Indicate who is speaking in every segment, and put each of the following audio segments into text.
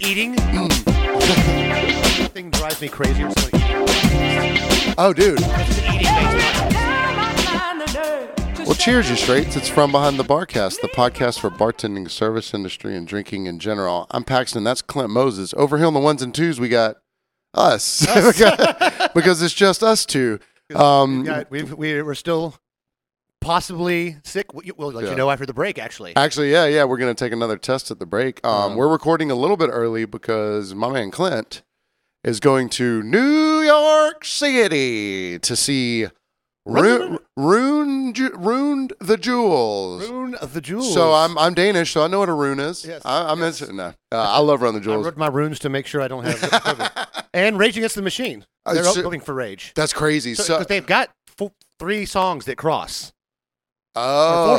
Speaker 1: eating. Nothing drives me crazier. than eating.
Speaker 2: Oh, dude.
Speaker 1: It's an eating-based podcast.
Speaker 2: Well, cheers, you straights. It's From Behind the Barcast, the podcast for bartending, service industry, and drinking in general. I'm Paxton. That's Clint Moses. Over here on the ones and twos, we got us. because it's just us two. Um,
Speaker 1: Yeah, we've, we- we're still possibly sick. We- We'll let
Speaker 2: Yeah. Uh,
Speaker 1: you know after the break, actually.
Speaker 2: Actually, yeah, yeah, we're going to take another test at the break. Um, We're recording a little bit early because my man Clint is going to New York City to see Rune, Rune, Ju- Rune the Jewels.
Speaker 1: Rune of the Jewels.
Speaker 2: So I'm I'm Danish, so I know what a rune is.
Speaker 1: Yes,
Speaker 2: I, I'm
Speaker 1: yes.
Speaker 2: into- no. Uh, I love Run the
Speaker 1: I
Speaker 2: Jewels.
Speaker 1: wrote my runes to make sure I don't have the COVID. and Rage Against the Machine.
Speaker 2: Uh,
Speaker 1: They're
Speaker 2: so-
Speaker 1: opening for Rage.
Speaker 2: That's crazy.
Speaker 1: So,
Speaker 2: So,
Speaker 1: 'cause they've got four, three songs that cross. Or
Speaker 2: oh,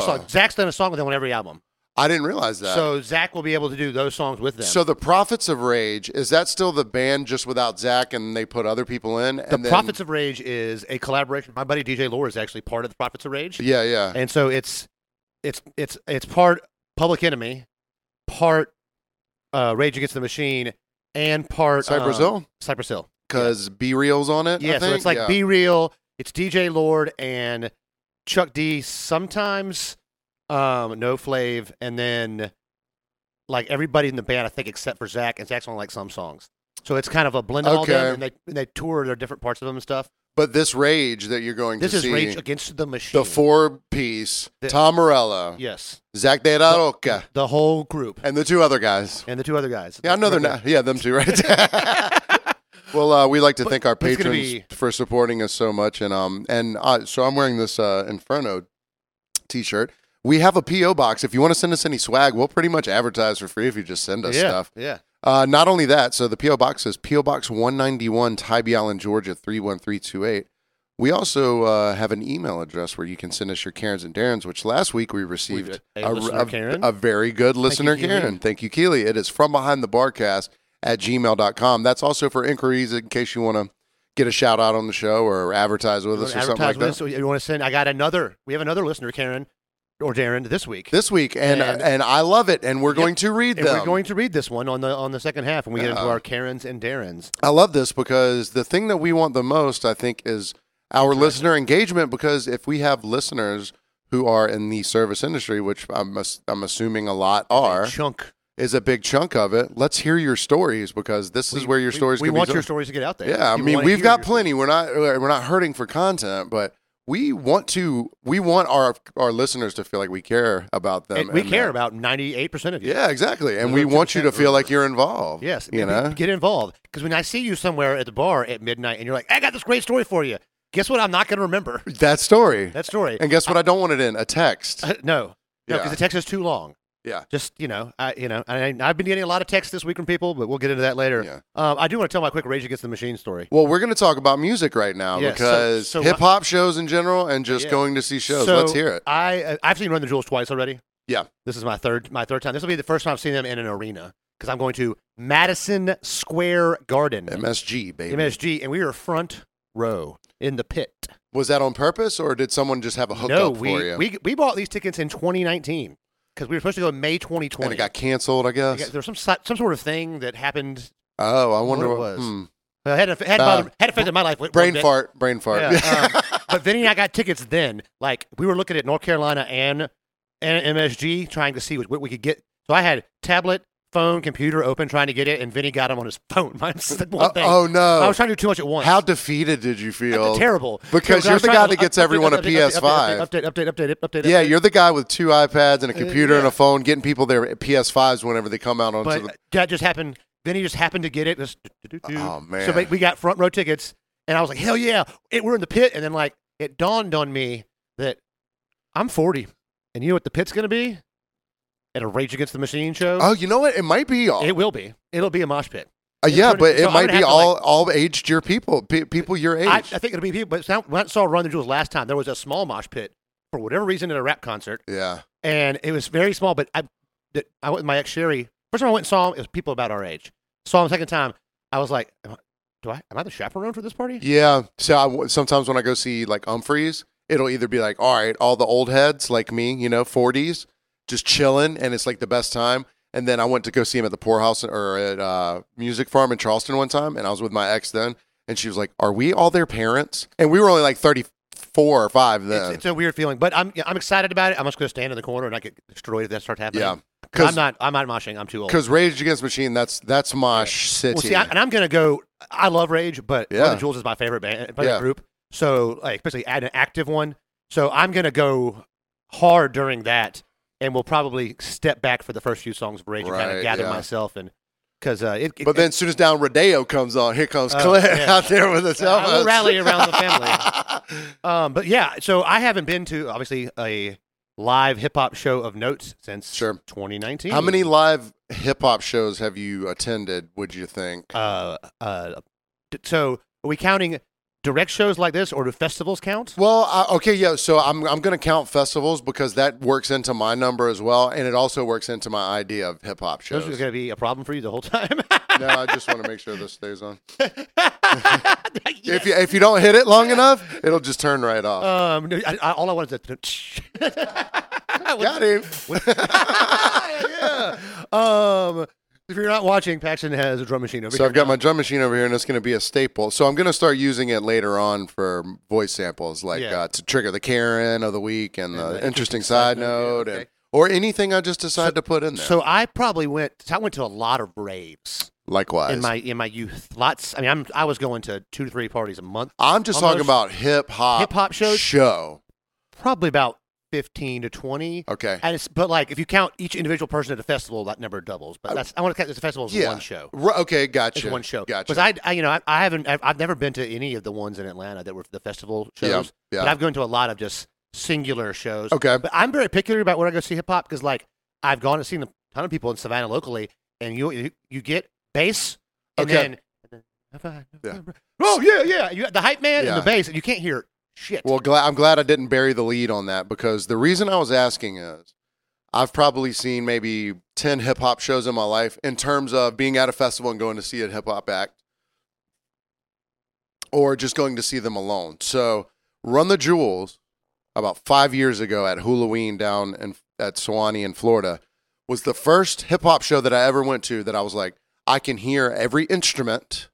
Speaker 1: four songs. Zach's done a song with them on every album.
Speaker 2: I didn't realize that. So,
Speaker 1: So Zach will be able to do those songs with them.
Speaker 2: the Prophets of Rage is that still the band just without Zach and they put other people in?
Speaker 1: the
Speaker 2: and then-
Speaker 1: Prophets of Rage is a collaboration. My buddy DJ Lore is actually part of the Prophets of Rage.
Speaker 2: Yeah, yeah.
Speaker 1: and so it's it's it's it's part Public Enemy, part uh, Rage Against the Machine, and part
Speaker 2: Cypress
Speaker 1: um,
Speaker 2: Hill
Speaker 1: Cypress Hill.
Speaker 2: because B reels on it. I
Speaker 1: Yeah, so
Speaker 2: think.
Speaker 1: it's like
Speaker 2: Yeah.
Speaker 1: Be Real. It's DJ Lord and Chuck D. Sometimes um, No Flave, and then like everybody in the band, I think, except for Zach, and Zach's on like some songs. So it's kind of a blend of all
Speaker 2: Okay.
Speaker 1: them, and they and they tour their different parts of them and stuff.
Speaker 2: But this Rage that you're going
Speaker 1: This
Speaker 2: to
Speaker 1: is
Speaker 2: see,
Speaker 1: Rage Against the Machine.
Speaker 2: the four piece,
Speaker 1: The-
Speaker 2: Tom Morello,
Speaker 1: yes,
Speaker 2: Zach De La Roca,
Speaker 1: the whole group
Speaker 2: and the two other guys.
Speaker 1: and the two other guys.
Speaker 2: Yeah, I know they're
Speaker 1: Right there.
Speaker 2: not. Yeah, them too, right? well, uh, we like to
Speaker 1: But-
Speaker 2: thank our
Speaker 1: but it's
Speaker 2: patrons
Speaker 1: gonna
Speaker 2: for supporting us so much, and um, and uh, so I'm wearing this uh, Inferno T-shirt. We have a PO box. If you want to send us any swag, we'll pretty much advertise for free if you just send us
Speaker 1: yeah,
Speaker 2: stuff.
Speaker 1: Yeah.
Speaker 2: Uh, not only that, so the PO box is PO Box 191, Tybee Island, Georgia 31328. We also uh, have an email address where you can send us your Karens and Darrens, which last week we received
Speaker 1: did. A listener Karen.
Speaker 2: a very good listener
Speaker 1: Keely.
Speaker 2: Karen. Thank you, Keely. It is from behind the barcast at gmail.com. That's also for inquiries in case you want to get a shout out on the show or advertise with us or something like
Speaker 1: Advertisement.
Speaker 2: that.
Speaker 1: so you want to send? I got another. We have another listener, Karen or Darren, this week,
Speaker 2: This week, and, and
Speaker 1: And-
Speaker 2: I love it, and we're going to read
Speaker 1: and
Speaker 2: them. Uh-huh.
Speaker 1: we're going to read this one on the on the second half when we get into
Speaker 2: Yeah.
Speaker 1: our Karens and Darrens.
Speaker 2: I love this because the thing that we want the most, I think, is our listener engagement. Because if we have listeners who are in the service industry, which I'm, ass- I'm assuming a lot are,
Speaker 1: Chunk.
Speaker 2: is a big chunk of it, let's hear your stories because this is where your stories
Speaker 1: We
Speaker 2: can
Speaker 1: want
Speaker 2: be
Speaker 1: your
Speaker 2: told.
Speaker 1: stories to get out there.
Speaker 2: Yeah, I
Speaker 1: People
Speaker 2: mean,
Speaker 1: wanna
Speaker 2: we've
Speaker 1: hear
Speaker 2: got
Speaker 1: your
Speaker 2: plenty. We're not we're not hurting for content, but we want to we want our our listeners to feel like we care about them.
Speaker 1: stories. And we
Speaker 2: and
Speaker 1: care
Speaker 2: that-
Speaker 1: about ninety eight percent of you.
Speaker 2: Yeah, exactly. And
Speaker 1: Those
Speaker 2: we
Speaker 1: are
Speaker 2: want you to
Speaker 1: 2%
Speaker 2: feel like you're involved.
Speaker 1: Yes.
Speaker 2: You
Speaker 1: Get-
Speaker 2: know?
Speaker 1: Get involved because when I see you somewhere at the bar at midnight and you're like, I got this great story for you. Guess what? I'm not going to remember
Speaker 2: That story.
Speaker 1: that story. Uh,
Speaker 2: And guess what? I don't want it in a text.
Speaker 1: no. No, because
Speaker 2: Yeah.
Speaker 1: the text is too long.
Speaker 2: Yeah.
Speaker 1: Just you know, I you know, I, I've been getting a lot of texts this week from people, but we'll get into that later.
Speaker 2: Yeah.
Speaker 1: Um, I do want to tell my quick Rage Against the Machine story.
Speaker 2: Well, we're going to talk about music right now
Speaker 1: Yeah, so-
Speaker 2: because
Speaker 1: so
Speaker 2: hip hop shows in general and just
Speaker 1: Yeah.
Speaker 2: going to see shows.
Speaker 1: So,
Speaker 2: Let's hear it.
Speaker 1: I uh, I've seen Run the Jewels twice already.
Speaker 2: Yeah.
Speaker 1: This is my third my third time. This will be the first time I've seen them in an arena because I'm going to Madison Square Garden,
Speaker 2: MSG, baby.
Speaker 1: MSG, and we are front row in the pit.
Speaker 2: Was that on purpose or did someone just have a hookup
Speaker 1: no,
Speaker 2: for
Speaker 1: we,
Speaker 2: you?
Speaker 1: we we bought these tickets in 2019 because we were supposed to go in May 2020.
Speaker 2: and it got canceled, I
Speaker 1: They
Speaker 2: guess.
Speaker 1: got- there was some si- some sort of thing that happened.
Speaker 2: oh, I wonder
Speaker 1: What
Speaker 2: what
Speaker 1: it was.
Speaker 2: hmm.
Speaker 1: Uh, had had, had,
Speaker 2: Uh,
Speaker 1: bothered- had affected my life. one
Speaker 2: Brain
Speaker 1: bit.
Speaker 2: fart, brain fart.
Speaker 1: Yeah, um, but Vinny and I got tickets then. Like we were looking at North Carolina and and MSG trying to see what, what we could get. So I had tablet, phone, computer open trying to get it, and Vinny got them on his phone. Mine's the one
Speaker 2: oh,
Speaker 1: thing.
Speaker 2: oh,
Speaker 1: I
Speaker 2: no.
Speaker 1: was trying to do too much at once.
Speaker 2: How defeated did you
Speaker 1: Uh,
Speaker 2: feel?
Speaker 1: terrible?
Speaker 2: Because
Speaker 1: I
Speaker 2: you're
Speaker 1: was
Speaker 2: the
Speaker 1: trying
Speaker 2: guy
Speaker 1: to
Speaker 2: that gets
Speaker 1: update,
Speaker 2: everyone a
Speaker 1: update, update,
Speaker 2: PS5.
Speaker 1: Update, update, update, update, update.
Speaker 2: Yeah,
Speaker 1: update.
Speaker 2: you're the guy with two iPads and a computer and
Speaker 1: Uh, yeah.
Speaker 2: a phone getting people their PS5s whenever they come out onto
Speaker 1: But
Speaker 2: Oh,
Speaker 1: uh,
Speaker 2: the.
Speaker 1: that just happened. Vinny just happened to get it. Just do-do-do-do.
Speaker 2: Oh, man.
Speaker 1: So but we got front row tickets, and I was like, hell yeah, it, we're in the pit. And then like it dawned on me that I'm 40, and you know what the pit's gonna be? At a Rage Against the Machine show.
Speaker 2: Oh, you know what? It might be all.
Speaker 1: It will be. It'll be a mosh pit.
Speaker 2: Uh,
Speaker 1: It's
Speaker 2: yeah,
Speaker 1: gonna-
Speaker 2: but
Speaker 1: so
Speaker 2: it
Speaker 1: I'm
Speaker 2: might
Speaker 1: gonna have
Speaker 2: be
Speaker 1: to,
Speaker 2: all all aged your people, pe- people your age.
Speaker 1: I, I think it'll be people. But sound- when I saw Run the Jewels last time, there was a small mosh pit for whatever reason at a rap concert,
Speaker 2: yeah,
Speaker 1: and it was very small. But I, that- I went with my ex Sherry. First time I went and saw him, it was people about our age. Saw him second time, I was like, am I, "Do I am I the chaperone for this party?"
Speaker 2: yeah. So I w sometimes when I go see like Umphreys, it'll either be like, all right, all the old heads like me, you know, forties, just chilling, and it's like the best time. And then I went to go see him at the poorhouse or at uh, Music Farm in Charleston one time, and I was with my ex then, and she was like, "Are we all their parents?" And we were only like thirty-four or five
Speaker 1: It's,
Speaker 2: then.
Speaker 1: it's a weird feeling, but I'm yeah, I'm excited about it. I'm just going to stand in the corner and I get destroyed if that starts happening.
Speaker 2: yeah,
Speaker 1: 'Cause
Speaker 2: because
Speaker 1: I'm not. I'm not moshing. I'm too old.
Speaker 2: because Rage Against the Machine, that's that's my city.
Speaker 1: Well, see, I, and I'm gonna go. I love Rage, but Blood
Speaker 2: Yeah.
Speaker 1: and Jewels is my favorite band, favorite
Speaker 2: Yeah.
Speaker 1: group. So, like, especially add an active one. So I'm gonna go hard during that, and we'll probably step back for the first few songs of Rage and kind
Speaker 2: Right,
Speaker 1: of gather
Speaker 2: yeah.
Speaker 1: myself and because uh, it, it-
Speaker 2: but then, as soon as Down Rodeo comes on, here comes
Speaker 1: Oh,
Speaker 2: Clint
Speaker 1: yeah.
Speaker 2: out there with his
Speaker 1: Uh, I will
Speaker 2: helmet.
Speaker 1: rally around the um, but yeah, so I haven't been to obviously a live hip hop show of notes since
Speaker 2: Sure.
Speaker 1: 2019.
Speaker 2: How many live hip hop shows have you attended? Would you think?
Speaker 1: Uh, uh, d- so are we counting direct shows like this, or do festivals count?
Speaker 2: Well, I, okay, yeah. So I'm I'm going to count festivals because that works into my number as well, and it also works into my idea of hip hop
Speaker 1: Those
Speaker 2: shows.
Speaker 1: are going to be a problem for you the whole time.
Speaker 2: no, I just want to make sure this stays on.
Speaker 1: Yes.
Speaker 2: If you if you don't hit it long enough, it'll just turn right off.
Speaker 1: um, no, I, I, all I wanted to. Uh,
Speaker 2: Got him.
Speaker 1: yeah. Um, if you're not watching, Paxton has a drum machine over
Speaker 2: So
Speaker 1: here.
Speaker 2: I've got my drum machine over here, and it's going to be a staple. So I'm going to start using it later on for voice samples, like
Speaker 1: Yeah.
Speaker 2: uh, to trigger the Karen of the week and, the,
Speaker 1: the
Speaker 2: interesting, side note,
Speaker 1: okay.
Speaker 2: and, or anything I just decide to put in there.
Speaker 1: So I probably went. I went to a lot of raves
Speaker 2: likewise,
Speaker 1: in my in my youth. Lots. I mean, I'm I was going to two to three parties a month.
Speaker 2: I'm just talking
Speaker 1: almost
Speaker 2: about hip hop
Speaker 1: hip hop shows?
Speaker 2: show.
Speaker 1: Probably about fifteen to twenty.
Speaker 2: Okay.
Speaker 1: And it's but like if you count each individual person at a festival, that number doubles. But that's I want to count this festival as
Speaker 2: yeah.
Speaker 1: one show.
Speaker 2: Ru- okay,
Speaker 1: It's
Speaker 2: gotcha.
Speaker 1: one show.
Speaker 2: Gotcha.
Speaker 1: Because I, I, you know, I, I haven't, I've, I've never been to any of the ones in Atlanta that were the festival shows.
Speaker 2: Yeah, yeah.
Speaker 1: But I've gone to a lot of just singular shows.
Speaker 2: okay.
Speaker 1: But I'm very particular about where I go see hip hop because, like, I've gone and seen a ton of people in Savannah locally, and you you, you get bass and
Speaker 2: Okay.
Speaker 1: then. And then
Speaker 2: Yeah.
Speaker 1: Oh yeah, yeah. You got the hype man and
Speaker 2: Yeah.
Speaker 1: the bass, and you can't hear shit.
Speaker 2: Well, gla- I'm glad I didn't bury the lead on that because the reason I was asking is I've probably seen maybe 10 hip hop shows in my life in terms of being at a festival and going to see a hip hop act or just going to see them alone. So, Run the Jewels about five years ago at Halloween down in, at Sewanee in Florida was the first hip hop show that I ever went to that I was like, I can hear every instrument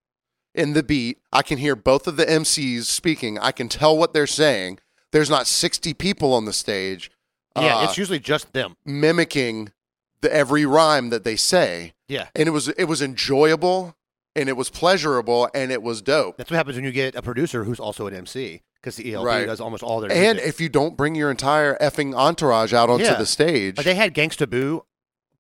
Speaker 2: in the beat. I can hear both of the MCs speaking. I can tell what they're saying. There's not 60 people on the stage
Speaker 1: yeah,
Speaker 2: uh,
Speaker 1: it's usually just them.
Speaker 2: mimicking the, every rhyme that they say.
Speaker 1: Yeah,
Speaker 2: And it was it was enjoyable and it was pleasurable and it was dope.
Speaker 1: that's what happens when you get a producer who's also an MC because the ELP
Speaker 2: Right.
Speaker 1: does almost all their
Speaker 2: And
Speaker 1: music.
Speaker 2: if you don't bring your entire effing entourage out onto
Speaker 1: Yeah.
Speaker 2: the stage
Speaker 1: But they had Gangsta Boo,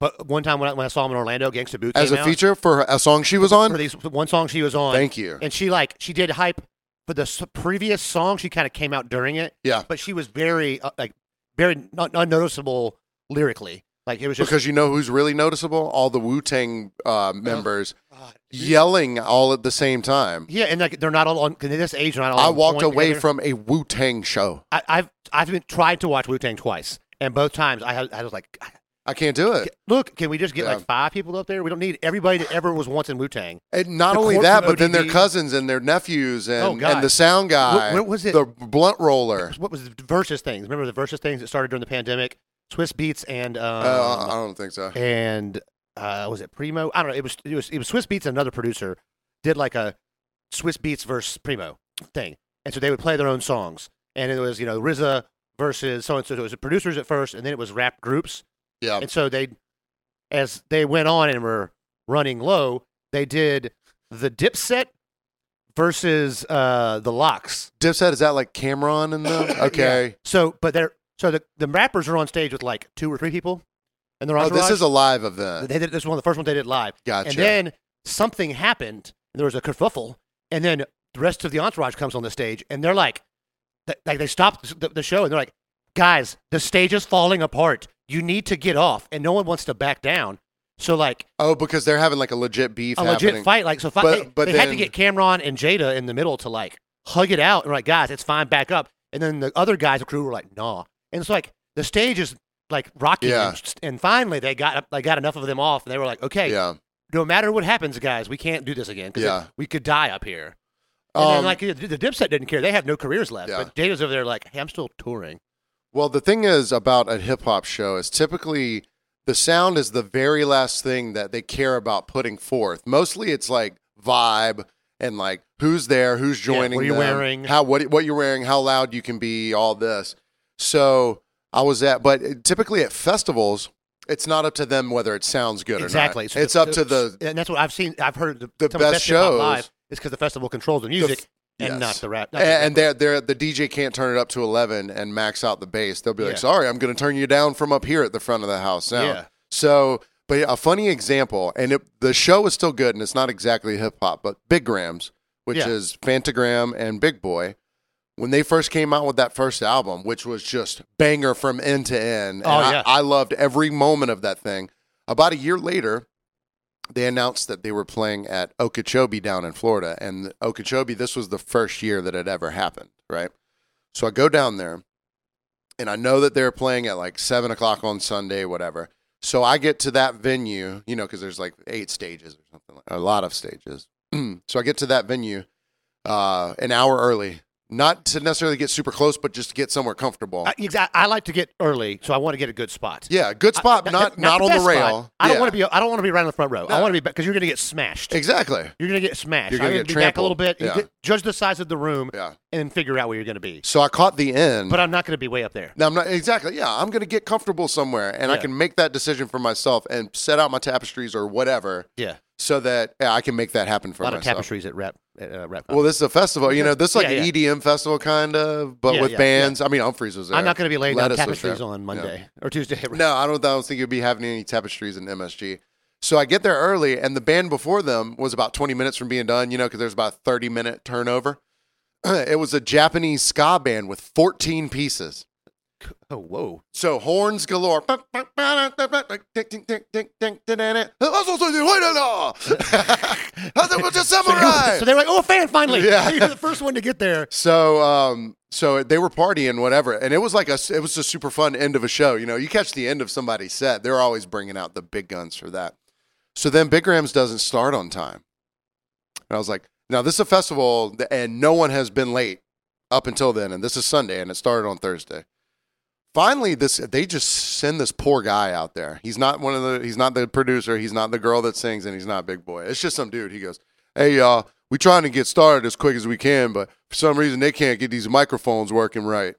Speaker 1: but one time when I, when I saw him in Orlando, Gangsta Boo came
Speaker 2: as a
Speaker 1: out
Speaker 2: feature for a song she was on,
Speaker 1: for these one song she was on.
Speaker 2: thank you.
Speaker 1: and she like she did hype for the s- previous song. She kind of came out during it.
Speaker 2: Yeah.
Speaker 1: but she was very uh, like very not unnoticeable lyrically. Like it was just
Speaker 2: Because you know who's really noticeable? All the Wu Tang uh, members
Speaker 1: God.
Speaker 2: yelling all at the same time.
Speaker 1: yeah, and like they're not all on 'cause at this age. They're not all.
Speaker 2: I
Speaker 1: on
Speaker 2: walked
Speaker 1: point
Speaker 2: away
Speaker 1: together.
Speaker 2: from a Wu Tang show.
Speaker 1: I, I've I've been tried to watch Wu Tang twice, and both times I had, I was like,
Speaker 2: I can't do it.
Speaker 1: look, can we just get
Speaker 2: Yeah.
Speaker 1: like five people up there? We don't need everybody that ever was once in Wu Tang.
Speaker 2: And not
Speaker 1: The
Speaker 2: only
Speaker 1: corpse
Speaker 2: that,
Speaker 1: of
Speaker 2: but then their
Speaker 1: ODB.
Speaker 2: cousins and their nephews
Speaker 1: Oh,
Speaker 2: and, and
Speaker 1: God.
Speaker 2: the sound guy.
Speaker 1: what was it?
Speaker 2: The blunt roller.
Speaker 1: What was the versus things? Remember the versus things that started during the pandemic? Swiss Beats and um,
Speaker 2: Uh, I don't think so.
Speaker 1: and uh, was it Primo? I don't know. It was it was it was Swiss Beats and another producer did like a Swiss Beats versus Primo thing, and so they would play their own songs, and it was you know RZA versus so and so. It was producers at first, and then it was rap groups,
Speaker 2: Yeah.
Speaker 1: and so they as they went on and were running low, they did the Dipset versus uh, the Locks.
Speaker 2: Dipset, is that like Cameron and them? Okay.
Speaker 1: So, but they're so the the rappers are on stage with like two or three people, and they're
Speaker 2: Oh, this is a live event.
Speaker 1: they did this is one of the first ones they did live.
Speaker 2: Gotcha.
Speaker 1: And then something happened. And there was a kerfuffle, and then the rest of the entourage comes on the stage, and they're like, th- like they stopped the, the show, and they're like, guys, the stage is falling apart. You need to get off, and no one wants to back down. So like
Speaker 2: oh, because they're having like a legit beef
Speaker 1: a
Speaker 2: happening.
Speaker 1: legit fight, like so. Fi-
Speaker 2: But-
Speaker 1: they
Speaker 2: but
Speaker 1: they had to
Speaker 2: then-
Speaker 1: get Cameron and Jada in the middle to like hug it out, and we're like, guys, it's fine, back up. And then the other guys, the crew, were like, nah. And it's like the stage is like rocking,
Speaker 2: Yeah.
Speaker 1: and, and finally they got they got enough of them off, and they were like, okay,
Speaker 2: Yeah.
Speaker 1: no matter what happens, guys, we can't do this again because
Speaker 2: Yeah.
Speaker 1: we could die up here. And then,
Speaker 2: Um,
Speaker 1: like the the Dipset didn't care; they have no careers left.
Speaker 2: Yeah.
Speaker 1: But Data's over there, like, hey, I'm still touring.
Speaker 2: Well, the thing is about a hip hop show is typically the sound is the very last thing that they care about putting forth. Mostly it's like vibe and like who's there, who's
Speaker 1: Yeah,
Speaker 2: joining
Speaker 1: what are you
Speaker 2: them,
Speaker 1: wearing?
Speaker 2: how what what you're wearing, how loud you can be, all this. So I was at but typically at festivals it's not up to them whether it sounds good or
Speaker 1: exactly.
Speaker 2: not.
Speaker 1: So
Speaker 2: it's
Speaker 1: the-
Speaker 2: up to the
Speaker 1: and that's what I've seen. I've heard the,
Speaker 2: the
Speaker 1: some of the
Speaker 2: best
Speaker 1: best hip-hop
Speaker 2: shows-
Speaker 1: live is because the festival controls the music and
Speaker 2: yes.
Speaker 1: not the rap. not the
Speaker 2: and, and
Speaker 1: rap.
Speaker 2: they're, they're, the DJ can't turn it up to 11 and max out the bass. They'll be like,
Speaker 1: Yeah.
Speaker 2: sorry, I'm going to turn you down from up here at the front of the house now.
Speaker 1: Yeah.
Speaker 2: So, but a funny example, and it, the show is still good, and it's not exactly hip hop, but Big Grams, which
Speaker 1: Yeah.
Speaker 2: is Fantagram and Big Boy, when they first came out with that first album, which was just banger from end to end. and
Speaker 1: Oh,
Speaker 2: I-
Speaker 1: yeah.
Speaker 2: I loved every moment of that thing. About a year later, they announced that they were playing at Okeechobee down in Florida. And Okeechobee, this was the first year that it ever happened, right? So I go down there and I know that they're playing at like seven o'clock on Sunday, whatever. So I get to that venue, you know, because there's like eight stages or something, like, a lot of stages. so I get to that venue uh, an hour early, not to necessarily get super close, but just to get somewhere comfortable.
Speaker 1: I, exa- I like to get early, so I want to get a good spot.
Speaker 2: yeah, good spot,
Speaker 1: I-
Speaker 2: not not, on
Speaker 1: best
Speaker 2: the
Speaker 1: spot.
Speaker 2: rail.
Speaker 1: I don't
Speaker 2: Yeah,
Speaker 1: want to be. I don't want to be right in the front row. I
Speaker 2: No.
Speaker 1: want to be because you're going to get smashed.
Speaker 2: exactly.
Speaker 1: You're going to get smashed.
Speaker 2: You're gonna
Speaker 1: I'm
Speaker 2: get
Speaker 1: be back a little
Speaker 2: trampled.
Speaker 1: bit. You
Speaker 2: Yeah.
Speaker 1: get- judge the size of the room
Speaker 2: Yeah.
Speaker 1: and figure out where you're going to be.
Speaker 2: So I caught the end.
Speaker 1: But I'm not going to be way up there.
Speaker 2: Now I'm not exactly. Yeah, I'm gonna get comfortable somewhere, and I
Speaker 1: Yeah.
Speaker 2: can make that decision for myself and set out my tapestries or whatever,
Speaker 1: Yeah,
Speaker 2: so that yeah, I can make that happen for
Speaker 1: a lot
Speaker 2: myself.
Speaker 1: of tapestries at rap. At, uh, rap
Speaker 2: Well, this is a festival, you know. This is like
Speaker 1: Yeah,
Speaker 2: an
Speaker 1: yeah.
Speaker 2: EDM festival, kind of, but
Speaker 1: Yeah,
Speaker 2: with
Speaker 1: yeah,
Speaker 2: bands. I mean, Humphreys was there.
Speaker 1: I'm not going to be laying down
Speaker 2: Lettuce was
Speaker 1: tapestries
Speaker 2: there.
Speaker 1: on Monday or Tuesday.
Speaker 2: No, I don't. I don't think you'd be having any tapestries in MSG. So I get there early, and the band before them was about 20 minutes from being done. You know, because there's about a 30 minute turnover. It was a Japanese ska band with 14 pieces.
Speaker 1: Oh, whoa.
Speaker 2: So horns galore.
Speaker 1: So they're like, oh, a fan finally.
Speaker 2: Yeah.
Speaker 1: You're the first one to get there.
Speaker 2: So um so they were partying whatever and it was like a it was a super fun end of a show. You know, you catch the end of somebody's set, they're always bringing out the big guns for that. So then Big Rams doesn't start on time. And I was like, now this is a festival th- and no one has been late up until then and this is Sunday and it started on Thursday. Finally this they just send this poor guy out there. He's not one of the he's not the producer, he's not the girl that sings and he's not Big Boy. It's just some dude. He goes, "Hey y'all, we trying to get started as quick as we can, but for some reason they can't get these microphones working right."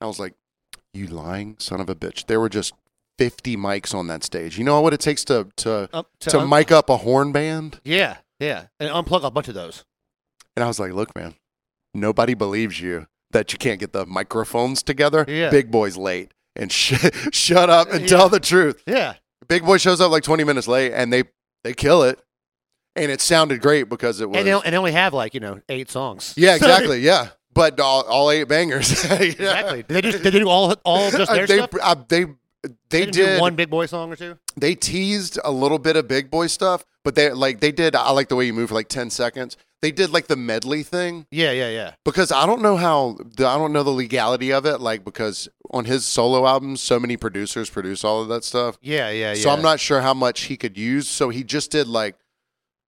Speaker 2: I was like, "You lying son of a bitch. There were just 50 mics on that stage. You know what it takes to to
Speaker 1: Up Um, to,
Speaker 2: to
Speaker 1: un-
Speaker 2: mic up a horn band.
Speaker 1: Yeah, yeah. And unplug a bunch of those.
Speaker 2: And I was like, look, man, nobody believes you that you can't get the microphones together.
Speaker 1: Yeah.
Speaker 2: Big boy's late. And sh- shut up and
Speaker 1: Yeah.
Speaker 2: tell the truth.
Speaker 1: Yeah.
Speaker 2: Big boy shows up like 20 minutes late and they, they kill it. And it sounded great because it was.
Speaker 1: And they, and they only have like, you know, eight songs.
Speaker 2: yeah, exactly. yeah. But all, all eight bangers. Yeah.
Speaker 1: Exactly. Did they, just, did they do all, all just their
Speaker 2: they,
Speaker 1: stuff?
Speaker 2: uh, they, they
Speaker 1: They didn't do
Speaker 2: did
Speaker 1: one big boy song or two.
Speaker 2: they teased a little bit of big boy stuff, but they like they did. I like the way you move for like ten seconds. They did like the medley thing
Speaker 1: Yeah, yeah, yeah.
Speaker 2: because I don't know how the, I don't know the legality of it. Like because on his solo albums, so many producers produce all of that stuff,
Speaker 1: Yeah, yeah, yeah.
Speaker 2: so I'm not sure how much he could use. So he just did like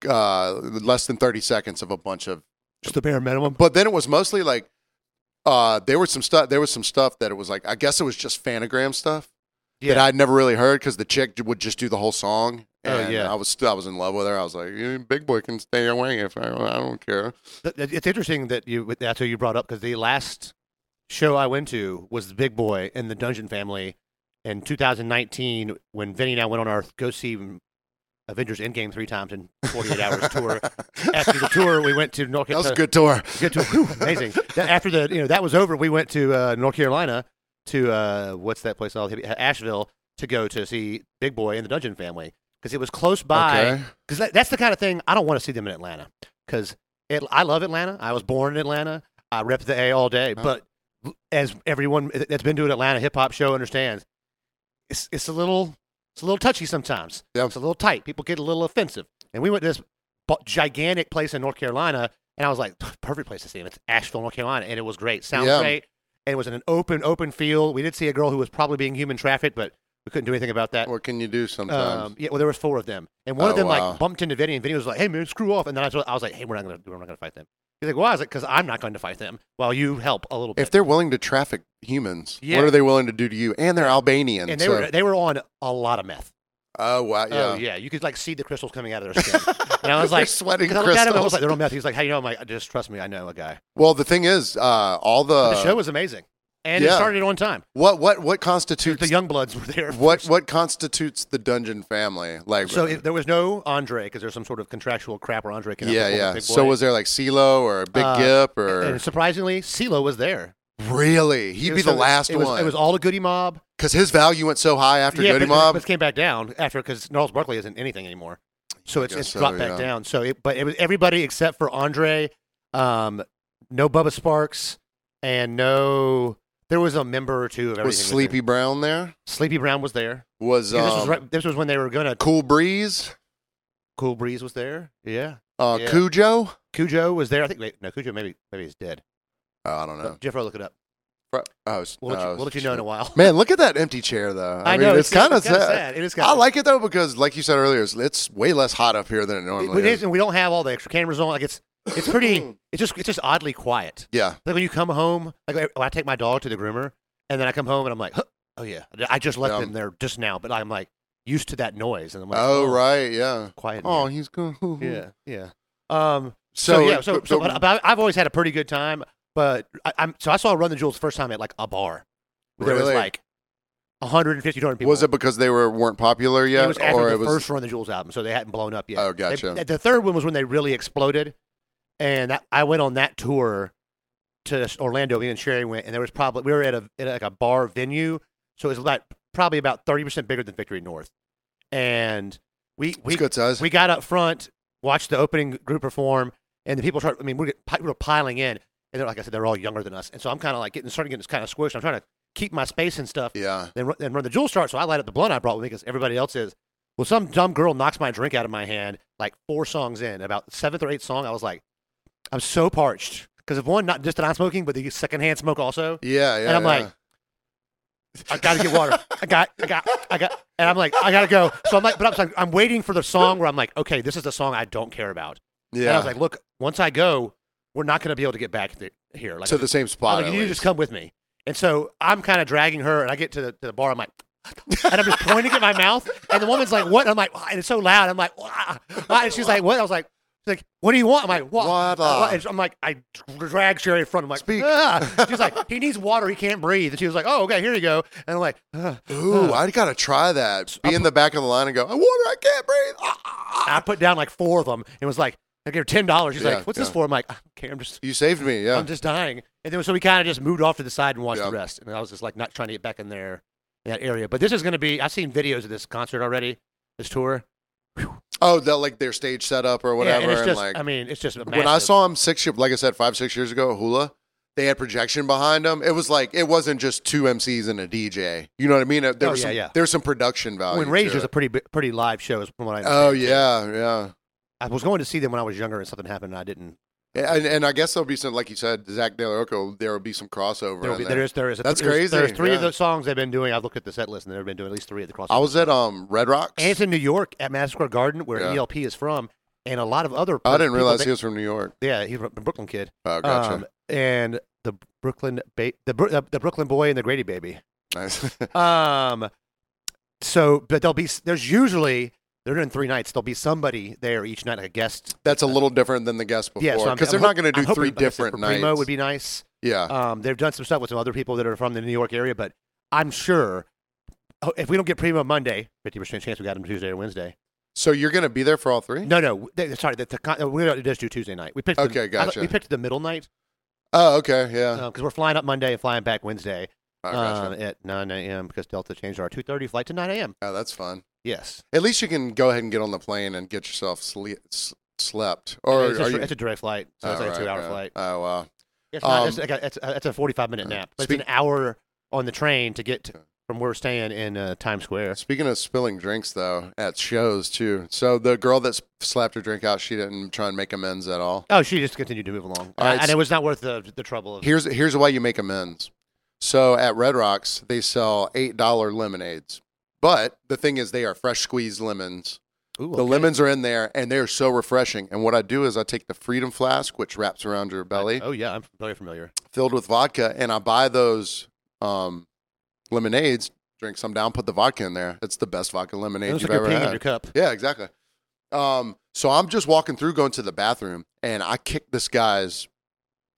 Speaker 2: uh less than thirty seconds of a bunch of
Speaker 1: Just the bare minimum.
Speaker 2: but then it was mostly like uh there was some stuff there was some stuff that it was like I guess it was just fanagram stuff that
Speaker 1: Yeah.
Speaker 2: I'd never really heard because the chick would just do the whole song.
Speaker 1: Oh,
Speaker 2: And
Speaker 1: yeah.
Speaker 2: I was I was in love with her. I was like, "Yeah, big boy can stay away if I, I don't care.
Speaker 1: Th- th- It's interesting that you that's who you brought up because the last show I went to was the Big Boy and the Dungeon Family in 2019 when Vinny and I went on our go see Avengers Endgame three times in 48 hours tour. After the tour, we went to North
Speaker 2: That was a
Speaker 1: Carolina.
Speaker 2: good
Speaker 1: Good
Speaker 2: tour.
Speaker 1: tour, Whew, amazing. Then After the you know that was over, we went to uh, North Carolina to uh, what's that place called Asheville to go to see Big Boy and the Dungeon Family because it was close by
Speaker 2: Okay.
Speaker 1: because that, that's the kind of thing I don't want to see them in Atlanta. Because I love Atlanta. I was born in Atlanta. I rep the A all day.
Speaker 2: Huh.
Speaker 1: But as everyone that's been to an Atlanta hip hop show understands, it's it's a little it's a little touchy sometimes.
Speaker 2: Yeah.
Speaker 1: It's a little tight. People get a little offensive. And we went to this bu- gigantic place in North Carolina, and I was like, perfect place to see them. It's Asheville, North Carolina, and it was great. Sounds
Speaker 2: Yeah.
Speaker 1: great. And it was in an open open field. We did see a girl who was probably being human trafficked, but we couldn't do anything about that.
Speaker 2: What can you do sometimes?
Speaker 1: Um, yeah, well, there was four of them, and one of
Speaker 2: Oh,
Speaker 1: them
Speaker 2: wow.
Speaker 1: like bumped into Vinny, and Vinny was like, "Hey, man, screw off!" And then I was, I was like, "Hey, we're not gonna, we're not gonna fight them." He's like, "Why?" I was like, "Cause I'm not going to fight them, while you help a little bit."
Speaker 2: if they're willing to traffic humans,
Speaker 1: Yeah.
Speaker 2: what are they willing to do to you? And they're Albanian.
Speaker 1: and they
Speaker 2: so
Speaker 1: were they were on a lot of meth.
Speaker 2: Oh wow, yeah.
Speaker 1: Oh yeah, you could like see the crystals coming out of their skin. and I was
Speaker 2: They're
Speaker 1: like,
Speaker 2: sweating
Speaker 1: 'cause I looked at him, I was
Speaker 2: crystals.
Speaker 1: like, they're on meth. He's like, how you know? I'm like, just trust me, I know a guy.
Speaker 2: well, the thing is, uh, all the,
Speaker 1: the show was amazing, and it
Speaker 2: yeah.
Speaker 1: started on time.
Speaker 2: what what what
Speaker 1: The
Speaker 2: constitutes
Speaker 1: young bloods were there.
Speaker 2: what what constitutes the dungeon family? Like
Speaker 1: So if there was no Andre because there's some sort of contractual crap where Andre can
Speaker 2: yeah, yeah. So was there like CeeLo or Big
Speaker 1: Uh,
Speaker 2: Gip or
Speaker 1: and surprisingly, CeeLo was there.
Speaker 2: really? He'd
Speaker 1: It
Speaker 2: be
Speaker 1: was-
Speaker 2: the
Speaker 1: so it was-
Speaker 2: last
Speaker 1: it was,
Speaker 2: one
Speaker 1: It was all the Goody Mob.
Speaker 2: because his value went so high after
Speaker 1: yeah,
Speaker 2: Goody
Speaker 1: but,
Speaker 2: Mob.
Speaker 1: but it came back down after because Gnarls Barkley isn't anything anymore. So it's,
Speaker 2: guess
Speaker 1: it's
Speaker 2: so,
Speaker 1: dropped back
Speaker 2: yeah.
Speaker 1: down. So it, but it was everybody except for Andre, um, no Bubba Sparks, and no. There was a member or two of everything.
Speaker 2: was
Speaker 1: there.
Speaker 2: Sleepy Brown there?
Speaker 1: Sleepy Brown was there.
Speaker 2: Was,
Speaker 1: Yeah,
Speaker 2: um,
Speaker 1: this was right, this was when they were gonna.
Speaker 2: Cool Breeze?
Speaker 1: Cool Breeze was there. Yeah.
Speaker 2: Uh,
Speaker 1: Yeah.
Speaker 2: Cujo?
Speaker 1: Cujo was there. I think. Wait, no, Cujo maybe maybe he's dead.
Speaker 2: Oh, I don't know.
Speaker 1: Jeff, I'll look it up.
Speaker 2: Fr- Oh, s-
Speaker 1: We'll let,
Speaker 2: oh,
Speaker 1: you, we'll let you know in a while.
Speaker 2: Man, look at that empty chair though. I, mean, it's, kind of
Speaker 1: kinda
Speaker 2: sad.
Speaker 1: It is kind
Speaker 2: I
Speaker 1: of
Speaker 2: like it though because, like you said earlier, it's, it's way less hot up here than it normally
Speaker 1: But it
Speaker 2: is.
Speaker 1: is, and we don't have all the extra cameras on. Like it's, it's pretty. it's just, it's just oddly quiet.
Speaker 2: Yeah,
Speaker 1: Like when you come home, like when I take my dog to the groomer, and then I come home and I'm like, huh, oh yeah, I just left
Speaker 2: Yeah.
Speaker 1: him there just now, but I'm like used to that noise, and I'm like,
Speaker 2: oh, right, yeah.
Speaker 1: quiet. in
Speaker 2: Oh, he's good.
Speaker 1: here. yeah, yeah. Um,
Speaker 2: So,
Speaker 1: so, yeah, so,
Speaker 2: but-
Speaker 1: so,
Speaker 2: but-
Speaker 1: but, but I've always had a pretty good time. But I, I'm so I saw Run the Jewels the first time at like a bar. Where There was
Speaker 2: Really?
Speaker 1: like 150, 200 people.
Speaker 2: was it because they were weren't popular yet,
Speaker 1: it was after
Speaker 2: or
Speaker 1: the
Speaker 2: it was
Speaker 1: first Run the Jewels album, so they hadn't blown up yet.
Speaker 2: Oh,
Speaker 1: They-
Speaker 2: gotcha.
Speaker 1: th- the third one was when they really exploded, and that, I went on that tour to s- Orlando. Me and Sherry went, and there was probably we were at a at like a bar venue, so it was like probably about thirty percent bigger than Victory North, and we
Speaker 2: it's
Speaker 1: we
Speaker 2: good size?
Speaker 1: we got up front, watched the opening group perform, and the people started. I mean, we were, pi- we were piling in, and they're like I said, they're all younger than us, and so I'm kind of like getting starting getting kind of squished. I'm trying to keep my space and stuff
Speaker 2: yeah,
Speaker 1: then run, then run the jewel start. So I light up the blunt I brought with me because everybody else is. Well, some dumb girl knocks my drink out of my hand like four songs in. About seventh or eighth song, I was like, I'm so parched because of one, not just that I'm smoking, but the secondhand smoke also.
Speaker 2: yeah, yeah.
Speaker 1: and I'm
Speaker 2: yeah.
Speaker 1: like, I gotta get water. I got, I got, I got, and I'm like, I gotta go. So I'm like, but I'm, I'm waiting for the song where I'm like, okay, this is the song I don't care about.
Speaker 2: yeah,
Speaker 1: And I was like, look, once I go, we're not gonna be able to get back th- here. Like,
Speaker 2: to the same
Speaker 1: I
Speaker 2: spot.
Speaker 1: was like,
Speaker 2: at
Speaker 1: you
Speaker 2: least.
Speaker 1: just come with me. And so I'm kind of dragging her, and I get to the, to the bar. I'm like, and I'm just pointing at my mouth, and the woman's like, "What?" And I'm like, "Ah," and it's so loud. I'm like, "Wah." Wah. and she's like, "What?" I was like, she's like, "What do you want?" I'm like, "What?"
Speaker 2: What, uh?
Speaker 1: Uh, and so I'm like, I drag Sherry in front. I'm like,
Speaker 2: Speak.
Speaker 1: "Ah." She's like, "He needs water. He can't breathe." And she was like, "Oh, okay, here you go." And I'm like, "Ugh."
Speaker 2: Ooh, I gotta try that. Be in the back of the line and go. I water. I can't breathe. Ah, ah, ah."
Speaker 1: I put down like four of them, and was like, "I gave her ten dollars." She's
Speaker 2: Yeah,
Speaker 1: like, "What's
Speaker 2: yeah.
Speaker 1: this for?" I'm like, "I don't care. I'm just,
Speaker 2: You saved me. Yeah.
Speaker 1: I'm just dying." And then so we kind of just moved off to the side and watched
Speaker 2: Yeah.
Speaker 1: the rest. And I was just like, not trying to get back in there in that area. But this is going to be. I've seen videos of this concert already. This tour,
Speaker 2: oh, that like their stage setup or whatever.
Speaker 1: Yeah, and it's just.
Speaker 2: like
Speaker 1: I mean, it's just. a
Speaker 2: when I
Speaker 1: massive-
Speaker 2: saw him six, year- like I said, five six years ago, at Hula, they had projection behind them. It was like it wasn't just two MCs and a DJ. You know what I mean? There
Speaker 1: Oh,
Speaker 2: was
Speaker 1: yeah,
Speaker 2: some,
Speaker 1: yeah.
Speaker 2: There's some production value.
Speaker 1: when
Speaker 2: to
Speaker 1: Rage was
Speaker 2: it.
Speaker 1: a pretty bi- pretty live show, is from what I.
Speaker 2: Oh
Speaker 1: understand, too.
Speaker 2: yeah, yeah.
Speaker 1: I was going to see them when I was younger, and something happened, and I didn't.
Speaker 2: And, and I guess there'll be some, like you said, Zach Del Orco, there will be some crossover.
Speaker 1: There, will
Speaker 2: in
Speaker 1: be,
Speaker 2: there.
Speaker 1: there is there is a,
Speaker 2: That's
Speaker 1: there's-
Speaker 2: crazy,
Speaker 1: There's three
Speaker 2: yeah.
Speaker 1: of the songs they've been doing. I've looked at the set list, and they've been doing at least three of the cross.
Speaker 2: I was at um Red Rocks.
Speaker 1: And it's in New York at Madison Square Garden, where
Speaker 2: Yeah.
Speaker 1: ELP is from, and a lot of other.
Speaker 2: Oh, I didn't
Speaker 1: people
Speaker 2: realize
Speaker 1: that-
Speaker 2: he was from New York.
Speaker 1: Yeah, he's a Brooklyn kid.
Speaker 2: Oh, gotcha.
Speaker 1: Um, and the Brooklyn ba- the, Bro- the the Brooklyn boy and the Grady baby.
Speaker 2: nice.
Speaker 1: Um, so but there'll be s- there's usually they're doing three nights. There'll be somebody there each night, like a guest.
Speaker 2: That's a little different than the guest before
Speaker 1: Yeah,
Speaker 2: because
Speaker 1: so I'm- I'm
Speaker 2: they're
Speaker 1: hop-
Speaker 2: not going to
Speaker 1: I'm
Speaker 2: do
Speaker 1: hoping,
Speaker 2: three
Speaker 1: like I said,
Speaker 2: different
Speaker 1: for
Speaker 2: nights. Uh.
Speaker 1: Primo would be nice.
Speaker 2: yeah,
Speaker 1: Um, they've done some stuff with some other people that are from the New York area, but I'm sure oh, if we don't get Primo Monday, fifty percent chance we got him Tuesday or Wednesday.
Speaker 2: so you're going to be there for all three?
Speaker 1: No, no, they, sorry, the, the, con- we're gonna just do Tuesday night. We picked the-
Speaker 2: Hmm. Okay,
Speaker 1: I thought-
Speaker 2: gotcha.
Speaker 1: we picked the middle night
Speaker 2: Oh, okay, yeah.
Speaker 1: because we're flying up Monday and flying back Wednesday.
Speaker 2: Oh,
Speaker 1: um,
Speaker 2: gotcha.
Speaker 1: at 9 a.m. because Delta changed our 2:30 flight to 9 a.m.
Speaker 2: oh, that's fun.
Speaker 1: Yes,
Speaker 2: At least you can go ahead and get on the plane and get yourself sle- s- slept. Or
Speaker 1: it's,
Speaker 2: are
Speaker 1: a,
Speaker 2: you?
Speaker 1: it's a direct flight, so it's
Speaker 2: Oh,
Speaker 1: like
Speaker 2: right,
Speaker 1: a two-hour
Speaker 2: right.
Speaker 1: flight.
Speaker 2: Oh wow.
Speaker 1: It's not.
Speaker 2: Um, uh,
Speaker 1: it's, like a, it's, a, it's a 45-minute nap, but
Speaker 2: Speak-
Speaker 1: it's an hour on the train to get
Speaker 2: Okay.
Speaker 1: from where we're staying in uh, Times Square.
Speaker 2: Speaking of spilling drinks, though, at shows too. So the girl that s- slapped her drink out, she didn't try and make amends at all.
Speaker 1: Oh, she just continued to move along,
Speaker 2: All right,
Speaker 1: and it was not worth the the trouble. Of,
Speaker 2: Here's here's why you make amends. So at Red Rocks, they sell eight dollar lemonades, but the thing is, they are fresh squeezed lemons.
Speaker 1: Ooh,
Speaker 2: The
Speaker 1: okay.
Speaker 2: lemons are in there, and they're so refreshing. And what I do is I take the Freedom Flask, which wraps around your belly,
Speaker 1: Oh yeah, I'm very familiar.
Speaker 2: filled with vodka, and I buy those um, lemonades drink some down, put the vodka in there. It's the best vodka lemonade
Speaker 1: It was
Speaker 2: you've
Speaker 1: like you're
Speaker 2: ever
Speaker 1: peeing
Speaker 2: had.
Speaker 1: in your cup.
Speaker 2: Yeah, exactly. Um, so I'm just walking through, going to the bathroom, and I kicked this guy's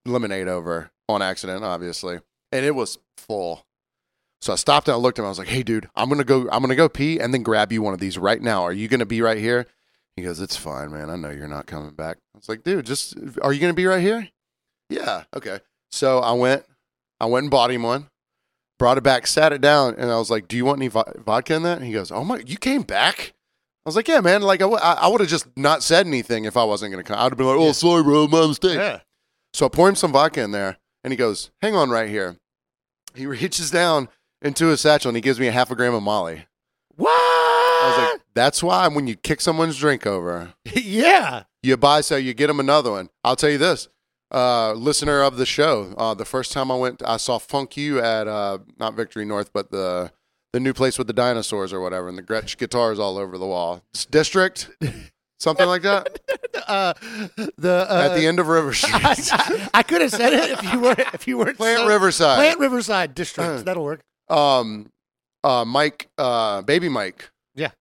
Speaker 2: lemonade over on accident, obviously, and it was full. So I stopped and I looked at him. I was like, "Hey, dude, I'm gonna go. I'm gonna go pee, and then grab you one of these right now. Are you gonna be right here?" He goes, "It's fine, man. I know you're not coming back." I was like, "Dude, just are you gonna be right here?" Yeah. Okay. So I went. I went and bought him one. Brought it back, sat it down, and I was like, "Do you want any vo- vodka in that?" And he goes, "Oh my, you came back." I was like, yeah, man. Like, I would have just not said anything if I wasn't going to come. I would have been like, oh,
Speaker 1: Yeah.
Speaker 2: sorry, bro. My mistake.
Speaker 1: Yeah.
Speaker 2: So I pour him some vodka in there, and he goes, hang on right here. He reaches down into his satchel, and he gives me a half a gram of Molly.
Speaker 1: What?
Speaker 2: I was like, that's why when you kick someone's drink over,
Speaker 1: yeah.
Speaker 2: you buy, so you get them another one. I'll tell you this. Uh, listener of the show, uh, the first time I went, I saw Funk You at uh, not Victory North, but the the new place with the dinosaurs or whatever, and the Gretsch guitars all over the wall. It's district, something like that.
Speaker 1: Uh, the uh,
Speaker 2: at the end of River
Speaker 1: I,
Speaker 2: Street,
Speaker 1: I, I could have said it if you weren't if you weren't
Speaker 2: Plant
Speaker 1: so-
Speaker 2: Riverside.
Speaker 1: Plant Riverside District.
Speaker 2: Uh.
Speaker 1: That'll work.
Speaker 2: um, uh, Mike, uh, baby Mike.
Speaker 1: Yeah.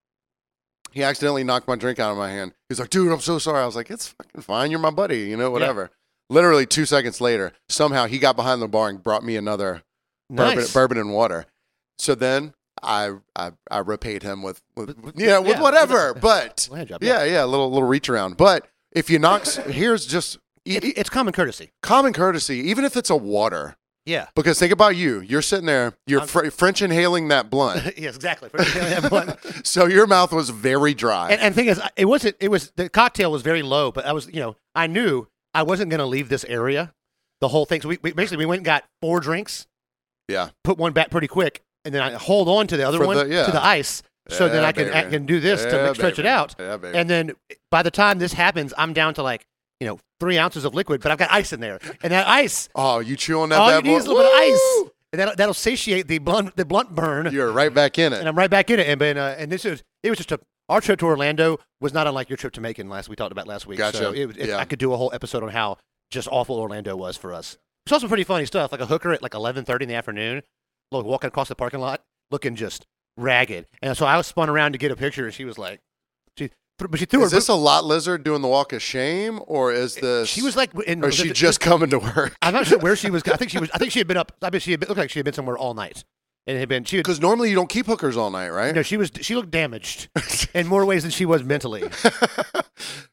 Speaker 2: He accidentally knocked my drink out of my hand. He was like, "Dude, I'm so sorry." I was like, "It's fucking fine. You're my buddy. You know, whatever." Literally two seconds later, somehow he got behind the bar and brought me another bourbon,
Speaker 1: Nice.
Speaker 2: bourbon and water. So then I I, I repaid him with, with,
Speaker 1: With- with-
Speaker 2: yeah with
Speaker 1: yeah.
Speaker 2: whatever. But
Speaker 1: Well, hand job,
Speaker 2: yeah, yeah, a little little reach around. But if you knock, s- here's just e,
Speaker 1: It- it's common courtesy.
Speaker 2: common courtesy. Even if it's a water,
Speaker 1: Yeah.
Speaker 2: Because think about you. You're sitting there, you're
Speaker 1: I'm-
Speaker 2: fr- French inhaling that blunt.
Speaker 1: yes, exactly. and,
Speaker 2: so your mouth was very dry.
Speaker 1: and thing is, it wasn't. It was the cocktail was very low, but I was, you know, I knew I wasn't going to leave this area. The whole thing. So we, we basically we went and got four drinks.
Speaker 2: yeah.
Speaker 1: put one back pretty quick, and then I hold on to the other
Speaker 2: For
Speaker 1: one
Speaker 2: the- yeah.
Speaker 1: to the ice, so
Speaker 2: Yeah,
Speaker 1: then I can I
Speaker 2: baby.
Speaker 1: can do this to
Speaker 2: Yeah,
Speaker 1: like, stretch
Speaker 2: baby.
Speaker 1: it out.
Speaker 2: Yeah, baby.
Speaker 1: And then by the time this happens, I'm down to like you know three ounces of liquid, but I've got ice in there, and that ice,
Speaker 2: oh, you chew on that
Speaker 1: all you
Speaker 2: bad
Speaker 1: need
Speaker 2: boy.
Speaker 1: is a little bit of ice,
Speaker 2: Woo!
Speaker 1: and that'll, that'll satiate the blunt the blunt burn,
Speaker 2: You're right back in
Speaker 1: and
Speaker 2: it.
Speaker 1: I'm right back in it. And been, uh, and this is it was just a. Our trip to Orlando was not unlike your trip to Macon last we talked about last week.
Speaker 2: Gotcha.
Speaker 1: So it, was- it,
Speaker 2: Yeah.
Speaker 1: I could do a whole episode on how just awful Orlando was for us. It's also pretty funny stuff, like a hooker at like eleven thirty in the afternoon, look walking across the parking lot, looking just ragged. And so I was spun around to get a picture, and she was like, she, but she threw
Speaker 2: Is
Speaker 1: her.
Speaker 2: this a lot lizard doing the walk of shame, or is this?
Speaker 1: she was like, in,
Speaker 2: Or is she just coming to work?
Speaker 1: I'm not sure where she was. I think she was. I think she had been up. I mean, she had been, looked like she had been somewhere all night, and had been. She had,
Speaker 2: Because normally you don't keep hookers all night, right?
Speaker 1: no, she was. She looked damaged in more ways than she was mentally.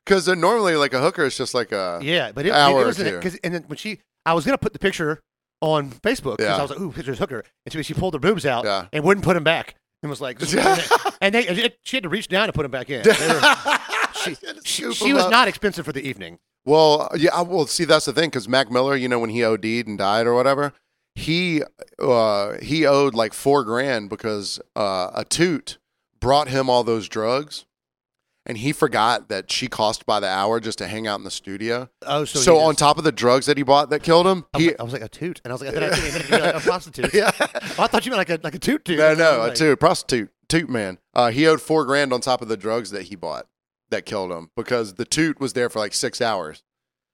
Speaker 2: Because normally, like a hooker is just like a.
Speaker 1: Yeah, but it,
Speaker 2: hour
Speaker 1: it
Speaker 2: or
Speaker 1: was
Speaker 2: two.
Speaker 1: because and then when she, I was gonna put the picture on Facebook because
Speaker 2: Yeah.
Speaker 1: I was like, "Ooh, pictures hooker," and she, she pulled her boobs out
Speaker 2: Yeah.
Speaker 1: and wouldn't put them back, and was like, and they, and it- she had to reach down to put them back in. They were- she, she,
Speaker 2: Scoop
Speaker 1: she
Speaker 2: 'em
Speaker 1: was
Speaker 2: up.
Speaker 1: not expensive for the evening.
Speaker 2: Well, yeah, I- well, see, that's the thing because Mac Miller, you know, when he OD'd and died or whatever, he uh, he owed like four grand because uh, a toot brought him all those drugs, and he forgot that she cost by the hour just to hang out in the studio.
Speaker 1: Oh, so
Speaker 2: So,
Speaker 1: he
Speaker 2: on
Speaker 1: just-
Speaker 2: top of the drugs that he bought that killed him,
Speaker 1: I was,
Speaker 2: he
Speaker 1: like, I was like a toot, and I was like, I thought I didn't even like a prostitute.
Speaker 2: yeah,
Speaker 1: Oh, I thought you meant like a like a toot toot.
Speaker 2: no,
Speaker 1: And I
Speaker 2: no,
Speaker 1: was
Speaker 2: a
Speaker 1: like,
Speaker 2: toot prostitute toot man. Uh, he owed four grand on top of the drugs that he bought that killed him because the toot was there for like six hours.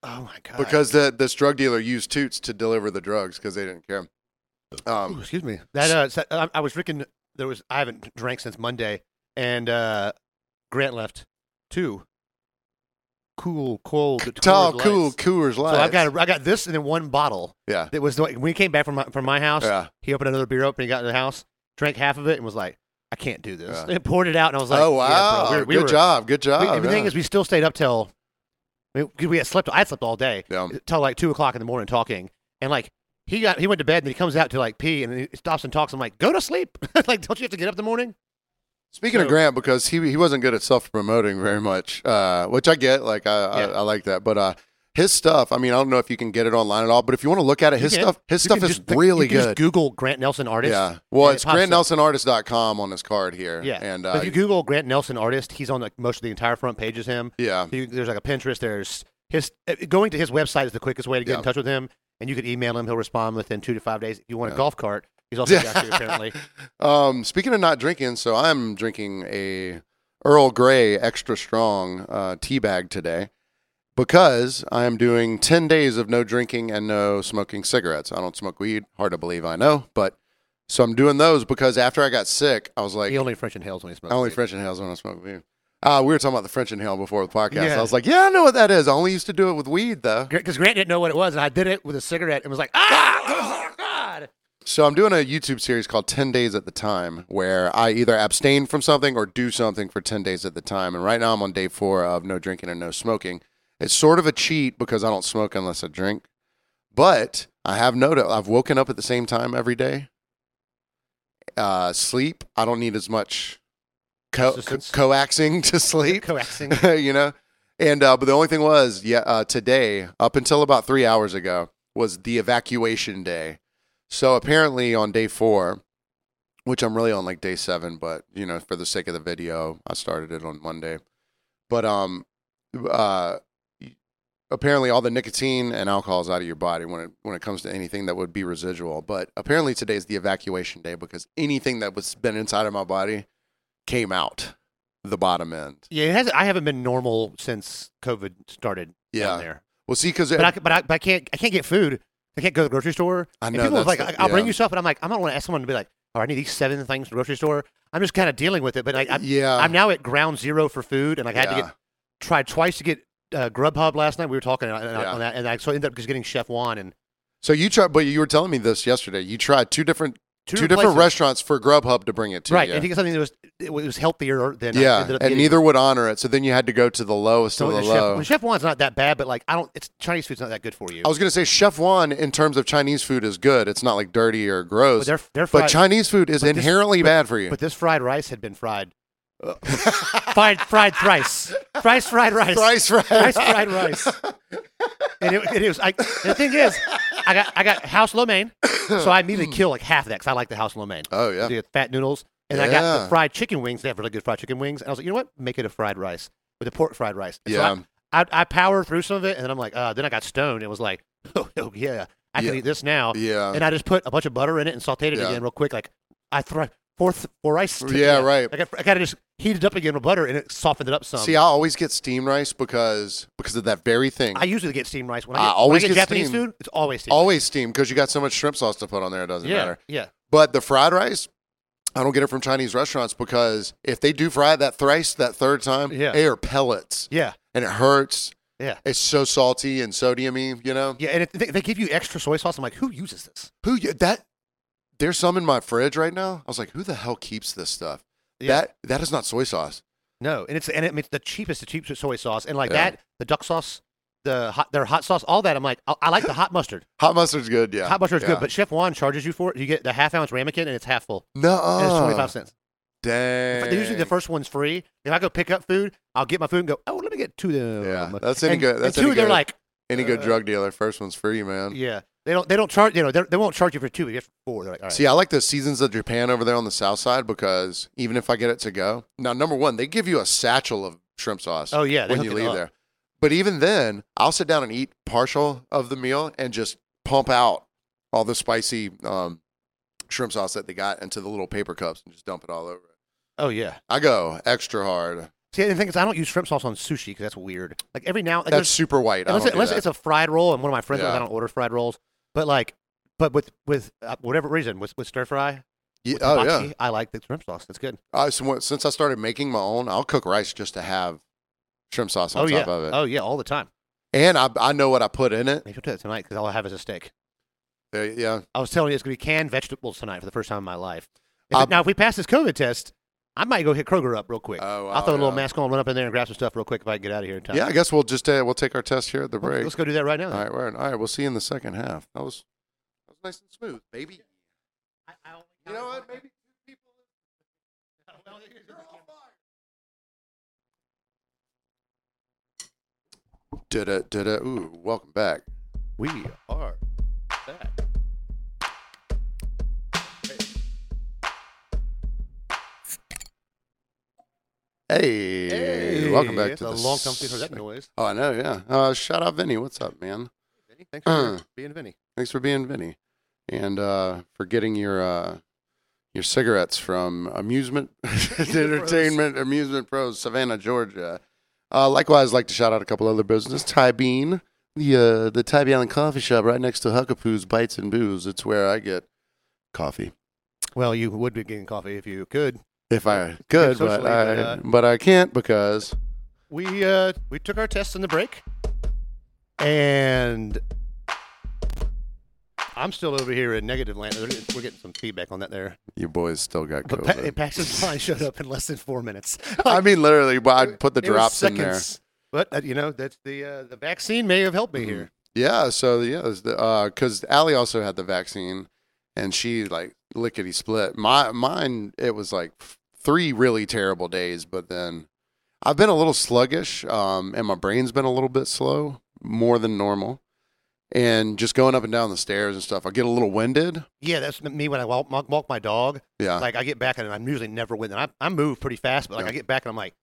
Speaker 1: Oh my god!
Speaker 2: because the this drug dealer used toots to deliver the drugs because they didn't care.
Speaker 1: Ooh,
Speaker 2: Um,
Speaker 1: excuse me. That uh, so- I, I was drinking. There was I haven't drank since Monday, and uh, Grant left two cool, cold,
Speaker 2: tall,
Speaker 1: Coors
Speaker 2: cool,
Speaker 1: Lights.
Speaker 2: Coors Light.
Speaker 1: So I've got a, I got this and then one bottle.
Speaker 2: yeah,
Speaker 1: That was the, when he came back from my, from my house.
Speaker 2: yeah.
Speaker 1: He opened another beer up and he got to the house, drank half of it, and was like, "I can't do this."
Speaker 2: Yeah.
Speaker 1: And poured it out, and I was like,
Speaker 2: oh
Speaker 1: "Yeah,
Speaker 2: wow,
Speaker 1: bro, we- we
Speaker 2: good
Speaker 1: were-
Speaker 2: job, good
Speaker 1: we-
Speaker 2: job.
Speaker 1: the thing
Speaker 2: Oh, yeah.
Speaker 1: is, we still stayed up till I mean, 'cause we had slept. I had slept all day
Speaker 2: Yeah.
Speaker 1: till like two o'clock in the morning talking, and like he got he went to bed and then he comes out to like pee and he stops and talks. I'm like, go to sleep. like, don't you have to get up in the morning?
Speaker 2: Speaking of
Speaker 1: so-
Speaker 2: Grant, because he he wasn't good at self promoting very much, uh, which I get. Like I, I
Speaker 1: Yeah.
Speaker 2: I like that, but uh, his stuff. I mean, I don't know if you can get it online at all, but if you want to look at it, his
Speaker 1: can.
Speaker 2: stuff, his
Speaker 1: You
Speaker 2: stuff
Speaker 1: can
Speaker 2: is
Speaker 1: just- like,
Speaker 2: really
Speaker 1: you can
Speaker 2: good.
Speaker 1: Just Google Grant Nelson artist.
Speaker 2: yeah. Well,
Speaker 1: and it
Speaker 2: it's
Speaker 1: pops up.
Speaker 2: GrantNelsonArtist.com on his card here.
Speaker 1: Yeah.
Speaker 2: And
Speaker 1: But
Speaker 2: uh,
Speaker 1: if you Google Grant Nelson artist, he's on like most of the entire front page is him.
Speaker 2: yeah,
Speaker 1: You, there's like a Pinterest. There's his uh, going to his website is the quickest way to get
Speaker 2: Yeah.
Speaker 1: in touch with him, and you can email him. He'll respond within two to five days. If you want
Speaker 2: Yeah.
Speaker 1: a golf cart, he's also got you apparently.
Speaker 2: Um, speaking of not drinking, so I'm drinking a Earl Grey extra strong uh, tea bag today because I am doing 10 days of no drinking and no smoking cigarettes. I don't smoke weed. Hard to believe I know, but So I'm doing those because after I got sick, I was like,
Speaker 1: he only French inhales when he smokes.
Speaker 2: I only
Speaker 1: weed.
Speaker 2: French inhales when I smoke weed. Uh, we were talking about the French inhale before the podcast.
Speaker 1: Yeah.
Speaker 2: I was like, yeah, I know what that is. I only used to do it with weed, though.
Speaker 1: because Grant didn't know what it was, and I did it with a cigarette and was like, ah, oh, God.
Speaker 2: So I'm doing a YouTube series called 10 Days at the Time where I either abstain from something or do something for 10 days at the time. And right now I'm on day 4 of no drinking and no smoking. It's sort of a cheat because I don't smoke unless I drink. But I have noticed I've woken up at the same time every day. Uh, sleep, I don't need as much co- co-
Speaker 1: Assistance.
Speaker 2: coaxing to sleep.
Speaker 1: Coaxing.
Speaker 2: you know and uh, but the only thing was yeah uh, today up until about three hours ago was the evacuation day so apparently on day four which i'm really on like day seven but you know for the sake of the video i started it on monday but um uh apparently all the nicotine and alcohol is out of your body when it when it comes to anything that would be residual but apparently today is the evacuation day because anything that was been inside of my body came out the bottom end
Speaker 1: Yeah, it has, I haven't been normal since COVID started
Speaker 2: Yeah.
Speaker 1: down there.
Speaker 2: well see because
Speaker 1: But I, but, I, but I can't I can't get food. I can't go to the grocery store.
Speaker 2: I
Speaker 1: And
Speaker 2: know,
Speaker 1: people are
Speaker 2: that's
Speaker 1: like,
Speaker 2: the-
Speaker 1: I'll bring
Speaker 2: yeah.
Speaker 1: you stuff, and I'm like, I don't want to ask someone to be like, oh, I need these seven things from the grocery store. I'm just kind of dealing with it. But like, I'm,
Speaker 2: yeah,
Speaker 1: I'm now at ground zero for food, and like, I had to
Speaker 2: yeah.
Speaker 1: get tried twice to get uh, Grubhub last night. We were talking on, on-
Speaker 2: Yeah.
Speaker 1: on that, and I so I ended up just getting Chef Juan and
Speaker 2: So you tried, but you were telling me this yesterday. You tried two different two, different
Speaker 1: places.
Speaker 2: restaurants for Grubhub to bring it to
Speaker 1: Right,
Speaker 2: you.
Speaker 1: and to get something that was it was healthier than I
Speaker 2: yeah,
Speaker 1: ended up
Speaker 2: and
Speaker 1: getting.
Speaker 2: neither would honor it. So then you had to go to the lowest
Speaker 1: So
Speaker 2: of the
Speaker 1: the chef,
Speaker 2: low. Oh,
Speaker 1: when Chef Juan's not that bad, but like I don't, it's Chinese food's not that good for you.
Speaker 2: I was gonna say Chef One in terms of Chinese food is good. It's not like dirty or
Speaker 1: but
Speaker 2: gross.
Speaker 1: their their
Speaker 2: But
Speaker 1: fried,
Speaker 2: Chinese food is
Speaker 1: but this-
Speaker 2: inherently bad for you.
Speaker 1: but this fried rice had been fried, uh, fried fried thrice, thrice fried rice,
Speaker 2: Rice, right?
Speaker 1: thrice fried rice. And it, and it was like the thing is, I got I got house lo mein, so I immediately killed like half of that because I like the house lo mein.
Speaker 2: Oh yeah.
Speaker 1: the fat noodles, and I got
Speaker 2: Yeah.
Speaker 1: the fried chicken wings. They have really good fried chicken wings, and I was like, you know what? Make it a fried rice with a pork fried rice. And so
Speaker 2: Yeah. um,
Speaker 1: I, I, I powered through some of it, and then I'm like, uh, then I got stoned. It was like, oh, oh, yeah, I
Speaker 2: Yeah.
Speaker 1: can eat this now.
Speaker 2: Yeah.
Speaker 1: And I just put a bunch of butter in it and sauteed it
Speaker 2: Yeah.
Speaker 1: again real quick. Like I threw four th- four rice. to-
Speaker 2: Yeah, right.
Speaker 1: I got I got to just heat it up again with butter, and it softened it up some.
Speaker 2: See, I always get steamed rice because because of that very thing.
Speaker 1: I usually get steamed rice when I,
Speaker 2: I
Speaker 1: get, when
Speaker 2: always
Speaker 1: I get,
Speaker 2: get
Speaker 1: Japanese
Speaker 2: steamed.
Speaker 1: food. It's always steamed.
Speaker 2: always steamed because you got so much shrimp sauce to put on there. It doesn't
Speaker 1: yeah,
Speaker 2: matter.
Speaker 1: yeah.
Speaker 2: But the fried rice, I don't get it from Chinese restaurants because if they do fry it that thrice, that third time,
Speaker 1: Yeah.
Speaker 2: they are pellets
Speaker 1: Yeah,
Speaker 2: and it hurts.
Speaker 1: Yeah.
Speaker 2: It's so salty and sodiumy, you know?
Speaker 1: yeah, and it, they, they give you extra soy sauce. I'm like, who uses this?
Speaker 2: Who, that, there's some in my fridge right now. I was like, who the hell keeps this stuff?
Speaker 1: Yeah.
Speaker 2: That, that is not soy sauce.
Speaker 1: No, and it's and it, it's the cheapest, the cheapest soy sauce, and like
Speaker 2: Yeah.
Speaker 1: that, the duck sauce, the hot, their hot sauce, all that. I'm like, I, I like the hot mustard.
Speaker 2: Hot mustard's good, yeah.
Speaker 1: hot mustard's
Speaker 2: yeah.
Speaker 1: good, but Chef Juan charges you for it. You get the half ounce ramekin, and it's half full,
Speaker 2: no,
Speaker 1: and it's twenty five cents.
Speaker 2: Oh. Dang.
Speaker 1: But Usually the first one's free. If I go pick up food, I'll get my food and go. Oh, let me get two of them.
Speaker 2: Yeah, that's any
Speaker 1: and,
Speaker 2: good-
Speaker 1: and
Speaker 2: that's
Speaker 1: two,
Speaker 2: any
Speaker 1: they're
Speaker 2: good.
Speaker 1: like,
Speaker 2: Any good
Speaker 1: uh,
Speaker 2: drug dealer, first one's free, man.
Speaker 1: yeah, they don't they don't charge. You know, they're- they won't charge you for two. But you get four. They're like, all right.
Speaker 2: See, I like the seasons of Japan over there on the south side because even if I get it to go, now number one, they give you a satchel of shrimp sauce
Speaker 1: oh yeah, they
Speaker 2: when
Speaker 1: hook
Speaker 2: you
Speaker 1: it
Speaker 2: leave
Speaker 1: up.
Speaker 2: there. But even then, I'll sit down and eat partial of the meal and just pump out all the spicy um, shrimp sauce that they got into the little paper cups and just dump it all over. it.
Speaker 1: Oh yeah.
Speaker 2: I go extra hard.
Speaker 1: See, and the thing is, I don't use shrimp sauce on sushi because that's weird. Like every now, like
Speaker 2: That's
Speaker 1: there's-
Speaker 2: super white. I
Speaker 1: unless,
Speaker 2: don't do
Speaker 1: unless
Speaker 2: that.
Speaker 1: it's a fried roll, and one of my friends knows
Speaker 2: Yeah.
Speaker 1: I don't order fried rolls, but like, but with with uh, whatever reason with, with stir fry,
Speaker 2: Ye-
Speaker 1: with
Speaker 2: oh
Speaker 1: hibachi,
Speaker 2: yeah.
Speaker 1: I like the shrimp sauce. That's good.
Speaker 2: I, so what- since I started making my own, I'll cook rice just to have shrimp sauce on
Speaker 1: oh yeah,
Speaker 2: top of it,
Speaker 1: oh yeah, all the time.
Speaker 2: and I, I know what I put in it.
Speaker 1: Maybe I'll do that tonight because all I have is a steak.
Speaker 2: Uh, yeah.
Speaker 1: I was telling you it's gonna be canned vegetables tonight for the first time in my life. If
Speaker 2: I-
Speaker 1: it- now, if we pass this COVID test, I might go hit Kroger up real quick.
Speaker 2: Oh, wow,
Speaker 1: I'll throw a little
Speaker 2: yeah.
Speaker 1: mask on, run up in there, and grab some stuff real quick if I can get out of here in time.
Speaker 2: Yeah, I guess we'll just uh, we'll take our test here at the break.
Speaker 1: let's go do that right now.
Speaker 2: All
Speaker 1: then.
Speaker 2: right, word. all right. We'll see you in the second half. That was that was nice and smooth, baby. You know what? Maybe two people. You're all fired. Did it? Did it? Ooh, welcome back.
Speaker 1: We are back.
Speaker 2: Hey, welcome back
Speaker 1: It's
Speaker 2: to
Speaker 1: a
Speaker 2: the
Speaker 1: long time since we heard that
Speaker 2: sec-
Speaker 1: noise.
Speaker 2: Oh, I know. Yeah. Uh, shout out Vinny. What's up, man?
Speaker 1: Vinny, thanks for
Speaker 2: Uh.
Speaker 1: being Vinny.
Speaker 2: Thanks for being Vinny, and uh, for getting your uh, your cigarettes from Amusement Entertainment Amusement Pros, Savannah, Georgia. Uh, likewise, like to shout out a couple other businesses. Ty Bean, the uh, the Ty Bean Island Coffee Shop, right next to Huckapoo's Bites and Booze. It's where I get coffee.
Speaker 1: Well, you would be getting coffee if you could.
Speaker 2: If I could, but
Speaker 1: socially,
Speaker 2: I,
Speaker 1: but, uh,
Speaker 2: but I can't because
Speaker 1: We uh, we took our test in the break, and I'm still over here in negative land. We're getting- we're getting some feedback on that there.
Speaker 2: your boys still got
Speaker 1: But pa-
Speaker 2: COVID.
Speaker 1: Paxton's fine showed up in less than four minutes.
Speaker 2: I mean, literally, but I put the
Speaker 1: It was
Speaker 2: drops in there.
Speaker 1: seconds. But uh, you know, that's the uh, the vaccine may have
Speaker 2: Mm-hmm.
Speaker 1: helped me here.
Speaker 2: Yeah. So yeah, because uh 'cause Allie also had the vaccine, and she like lickety split. My mine, it was like three really terrible days, but then I've been a little sluggish, um, and my brain's been a little bit slow, more than normal, and just going up and down the stairs and stuff. I get a little winded.
Speaker 1: Yeah, that's me when I walk, walk, walk my dog.
Speaker 2: Yeah.
Speaker 1: Like I get back and I'm usually never with, and I, I move pretty fast, but like
Speaker 2: Uh. Yeah.
Speaker 1: I get back and I'm like,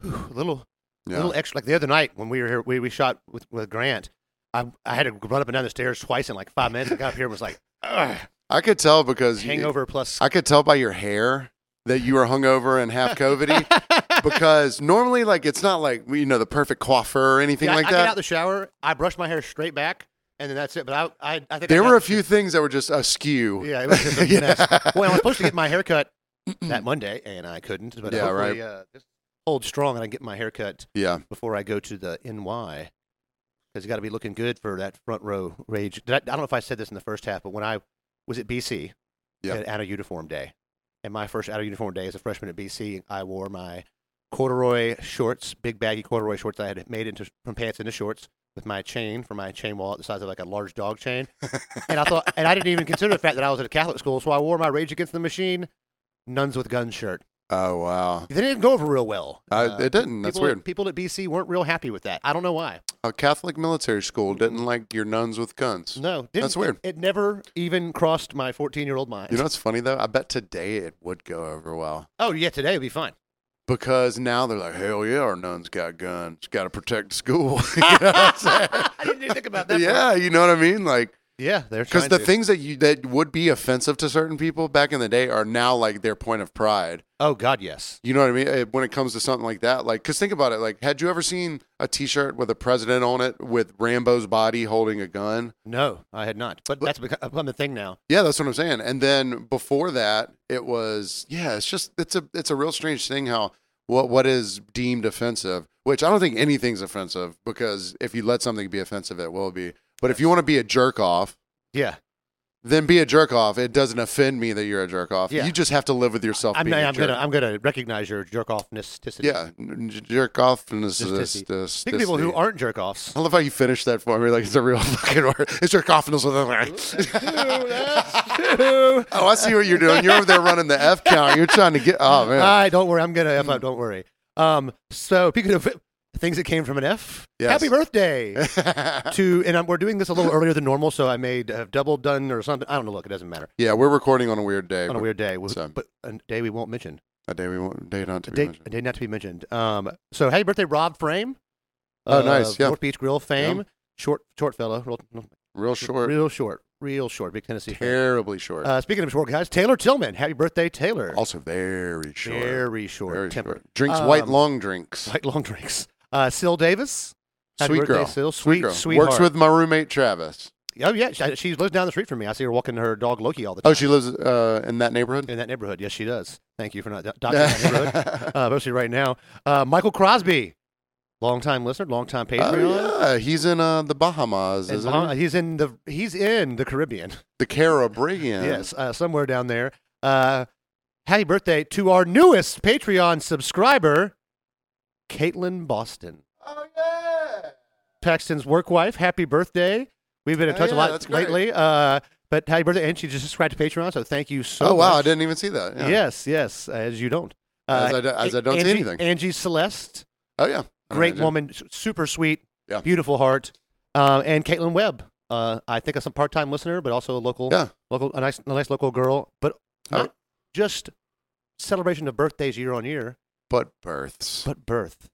Speaker 1: whew, a little
Speaker 2: yeah.
Speaker 1: little extra. Like the other night when we were here, we, we shot with, with Grant. I I had to run up and down the stairs twice in like five minutes. I got up here and was like, "Ugh,
Speaker 2: I could tell because you-
Speaker 1: hangover plus.
Speaker 2: I could tell by your hair that you were hungover and half COVIDy because normally, like, it's not like you know the perfect coiffeur or anything
Speaker 1: Yeah, I-
Speaker 2: like
Speaker 1: I,
Speaker 2: that.
Speaker 1: get out the shower, I brush my hair straight back, and then that's it. But I I, I think I
Speaker 2: there
Speaker 1: got-
Speaker 2: were a few things that were just askew.
Speaker 1: Yeah, it was just a
Speaker 2: Yeah.
Speaker 1: mess. Well, I was supposed to get my hair cut that Monday, and I couldn't. But
Speaker 2: Yeah,
Speaker 1: hopefully, uh, just hold strong, and I get my hair cut
Speaker 2: Yeah.
Speaker 1: before I go to the NY because you got to be looking good for that front row rage. Did I, I don't know if I said this in the first half, but when I was at BC,
Speaker 2: Yeah.
Speaker 1: at out of uniform day, and my first out of uniform day as a freshman at BC, I wore my corduroy shorts, big baggy corduroy shorts that I had made into from pants into shorts with my chain for my chain wallet the size of like a large dog chain. and I thought, and I didn't even consider the fact that I was at a Catholic school, so I wore my Rage Against the Machine, Nuns with Guns shirt.
Speaker 2: Oh wow.
Speaker 1: They didn't go over real well.
Speaker 2: I,
Speaker 1: Uh,
Speaker 2: it didn't. That's
Speaker 1: people,
Speaker 2: weird.
Speaker 1: People at BC weren't real happy with that. I don't know why.
Speaker 2: A Catholic military school didn't like your nuns with guns.
Speaker 1: No, didn't,
Speaker 2: That's weird.
Speaker 1: It, it never even crossed my 14 year old mind.
Speaker 2: You know what's funny though? I bet today it would go over well
Speaker 1: oh yeah, today would be fun.
Speaker 2: because now they're like, hell yeah, our nuns got guns. Got to protect the school. You know what I'm saying?
Speaker 1: I didn't even think about that.
Speaker 2: yeah, you know what I mean? Like.
Speaker 1: yeah, they're
Speaker 2: Because
Speaker 1: trying
Speaker 2: the
Speaker 1: to.
Speaker 2: things that you that would be offensive to certain people back in the day are now like their point of pride.
Speaker 1: Oh God, yes.
Speaker 2: You know what I mean? Uh, When it comes to something like that, like, because think about it. Like, had you ever seen a T-shirt with a president on it with Rambo's body holding a gun?
Speaker 1: No, I had not. But, that's become become the thing now.
Speaker 2: Yeah, that's what I'm saying. And then before that, it was yeah. It's just it's a it's a real strange thing how what what is deemed offensive, which I don't think anything's offensive because if you let something be offensive, it will be. But if you want to be a jerk off,
Speaker 1: Yeah,
Speaker 2: then be a jerk off. It doesn't offend me that you're a jerk off.
Speaker 1: Yeah.
Speaker 2: You just have to live with yourself.
Speaker 1: I'm,
Speaker 2: Oh, being a
Speaker 1: I'm
Speaker 2: jerk.
Speaker 1: gonna I'm gonna recognize your jerk offness.
Speaker 2: yeah, n- j- jerk off and this
Speaker 1: Just
Speaker 2: this
Speaker 1: tissy.
Speaker 2: this.
Speaker 1: Think of people who
Speaker 2: this-
Speaker 1: aren't jerk offs.
Speaker 2: I love how you finish that for me. Like it's a real fucking word. It's jerk off and this. oh, I see what you're doing. You're over there running the f count. You're trying to get. Oh man.
Speaker 1: All right, don't worry. I'm gonna F up. Don't worry. Um. So speaking of things that came from an F,
Speaker 2: Yes.
Speaker 1: happy birthday. to and I'm, we're doing this a little earlier than normal, so I made have double done or something. I don't know. Look, it doesn't matter.
Speaker 2: yeah, we're recording on a weird day.
Speaker 1: On a weird day, was-
Speaker 2: So-
Speaker 1: but a day we won't mention.
Speaker 2: A day we won't. Day not to
Speaker 1: A
Speaker 2: be
Speaker 1: day,
Speaker 2: mentioned.
Speaker 1: a day not to be mentioned. Um, so happy birthday, Rob Frame.
Speaker 2: Oh,
Speaker 1: of
Speaker 2: nice, yeah.
Speaker 1: North Beach Grill fame. Short, short fellow. Real,
Speaker 2: Real short.
Speaker 1: real short. Real short. Big Tennessee. fan.
Speaker 2: terribly short.
Speaker 1: Uh, speaking of short guys, Taylor Tillman. Happy birthday, Taylor.
Speaker 2: also very short.
Speaker 1: Very short.
Speaker 2: Very
Speaker 1: temper.
Speaker 2: short. Drinks white
Speaker 1: Um,
Speaker 2: long drinks.
Speaker 1: Like long drinks. Uh, Syl Davis. Happy
Speaker 2: Sweet
Speaker 1: birthday,
Speaker 2: girl.
Speaker 1: Syl.
Speaker 2: Sweet
Speaker 1: Sweet,
Speaker 2: girl.
Speaker 1: sweet.
Speaker 2: Works with my roommate Travis.
Speaker 1: Oh yeah, she, she lives down the street from me. I see her walking her dog Loki all the time.
Speaker 2: Oh, she lives uh, in that neighborhood.
Speaker 1: in that neighborhood. Yes, she does. Thank you for not doctoring that neighborhood,
Speaker 2: Oh,
Speaker 1: uh, especially right now. Uh, Michael Crosby, longtime listener, longtime Patreon.
Speaker 2: Oh, yeah, he's in uh, the Bahamas,
Speaker 1: And
Speaker 2: isn't
Speaker 1: Bahama-
Speaker 2: he?
Speaker 1: he's in the he's in the Caribbean.
Speaker 2: The Caribbean.
Speaker 1: Yes, uh, somewhere down there. Uh, happy birthday to our newest Patreon subscriber, Caitlin Boston,
Speaker 2: Oh yeah.
Speaker 1: Paxton's work wife. Happy birthday! We've been in
Speaker 2: Oh,
Speaker 1: touch
Speaker 2: yeah,
Speaker 1: a lot
Speaker 2: that's great.
Speaker 1: lately. Uh, but happy birthday! And she just subscribed to Patreon, so thank you so.
Speaker 2: oh wow, I
Speaker 1: much.
Speaker 2: didn't even see that. Yeah.
Speaker 1: Yes, yes, as you don't. Uh,
Speaker 2: As I do- as I don't see
Speaker 1: Angie,
Speaker 2: anything.
Speaker 1: Angie Celeste,
Speaker 2: Oh yeah.
Speaker 1: great
Speaker 2: Yeah.
Speaker 1: woman, s- super sweet,
Speaker 2: Yeah.
Speaker 1: beautiful heart, uh, and Caitlin Webb. Uh, I think a some part-time listener, but also a local,
Speaker 2: Yeah.
Speaker 1: local, a nice, a nice local girl. But
Speaker 2: Oh.
Speaker 1: not just celebration of birthdays year on year,
Speaker 2: But births.
Speaker 1: but birth.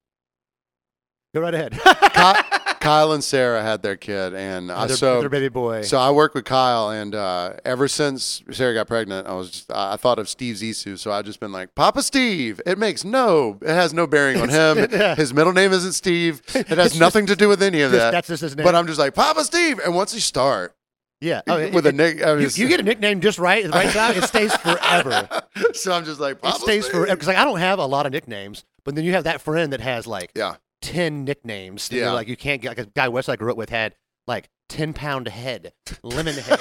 Speaker 1: Go right ahead.
Speaker 2: Ky- Kyle and Sarah had their kid, and uh,
Speaker 1: their,
Speaker 2: so
Speaker 1: their baby boy.
Speaker 2: so I work with Kyle, and uh, ever since Sarah got pregnant, I was just, I I thought of Steve Zissou, so I've just been like Papa Steve. It makes no, it has no bearing on him.
Speaker 1: yeah.
Speaker 2: His middle name isn't Steve. It has nothing to do with any of
Speaker 1: Just-
Speaker 2: that.
Speaker 1: that's just his name.
Speaker 2: But I'm just like Papa Steve, and once you start,
Speaker 1: Yeah. Oh, it-
Speaker 2: with a
Speaker 1: it-
Speaker 2: nick. I
Speaker 1: you,
Speaker 2: was-
Speaker 1: you get a nickname just right at the right time, it stays forever.
Speaker 2: so I'm just like,
Speaker 1: It stays
Speaker 2: probably.
Speaker 1: forever. Because like, I don't have a lot of nicknames, but then you have that friend that has like
Speaker 2: Yeah.
Speaker 1: 10 nicknames. that you're
Speaker 2: Yeah.
Speaker 1: Like you can't get, like a guy West I grew up with had like 10 pound head, lemon head,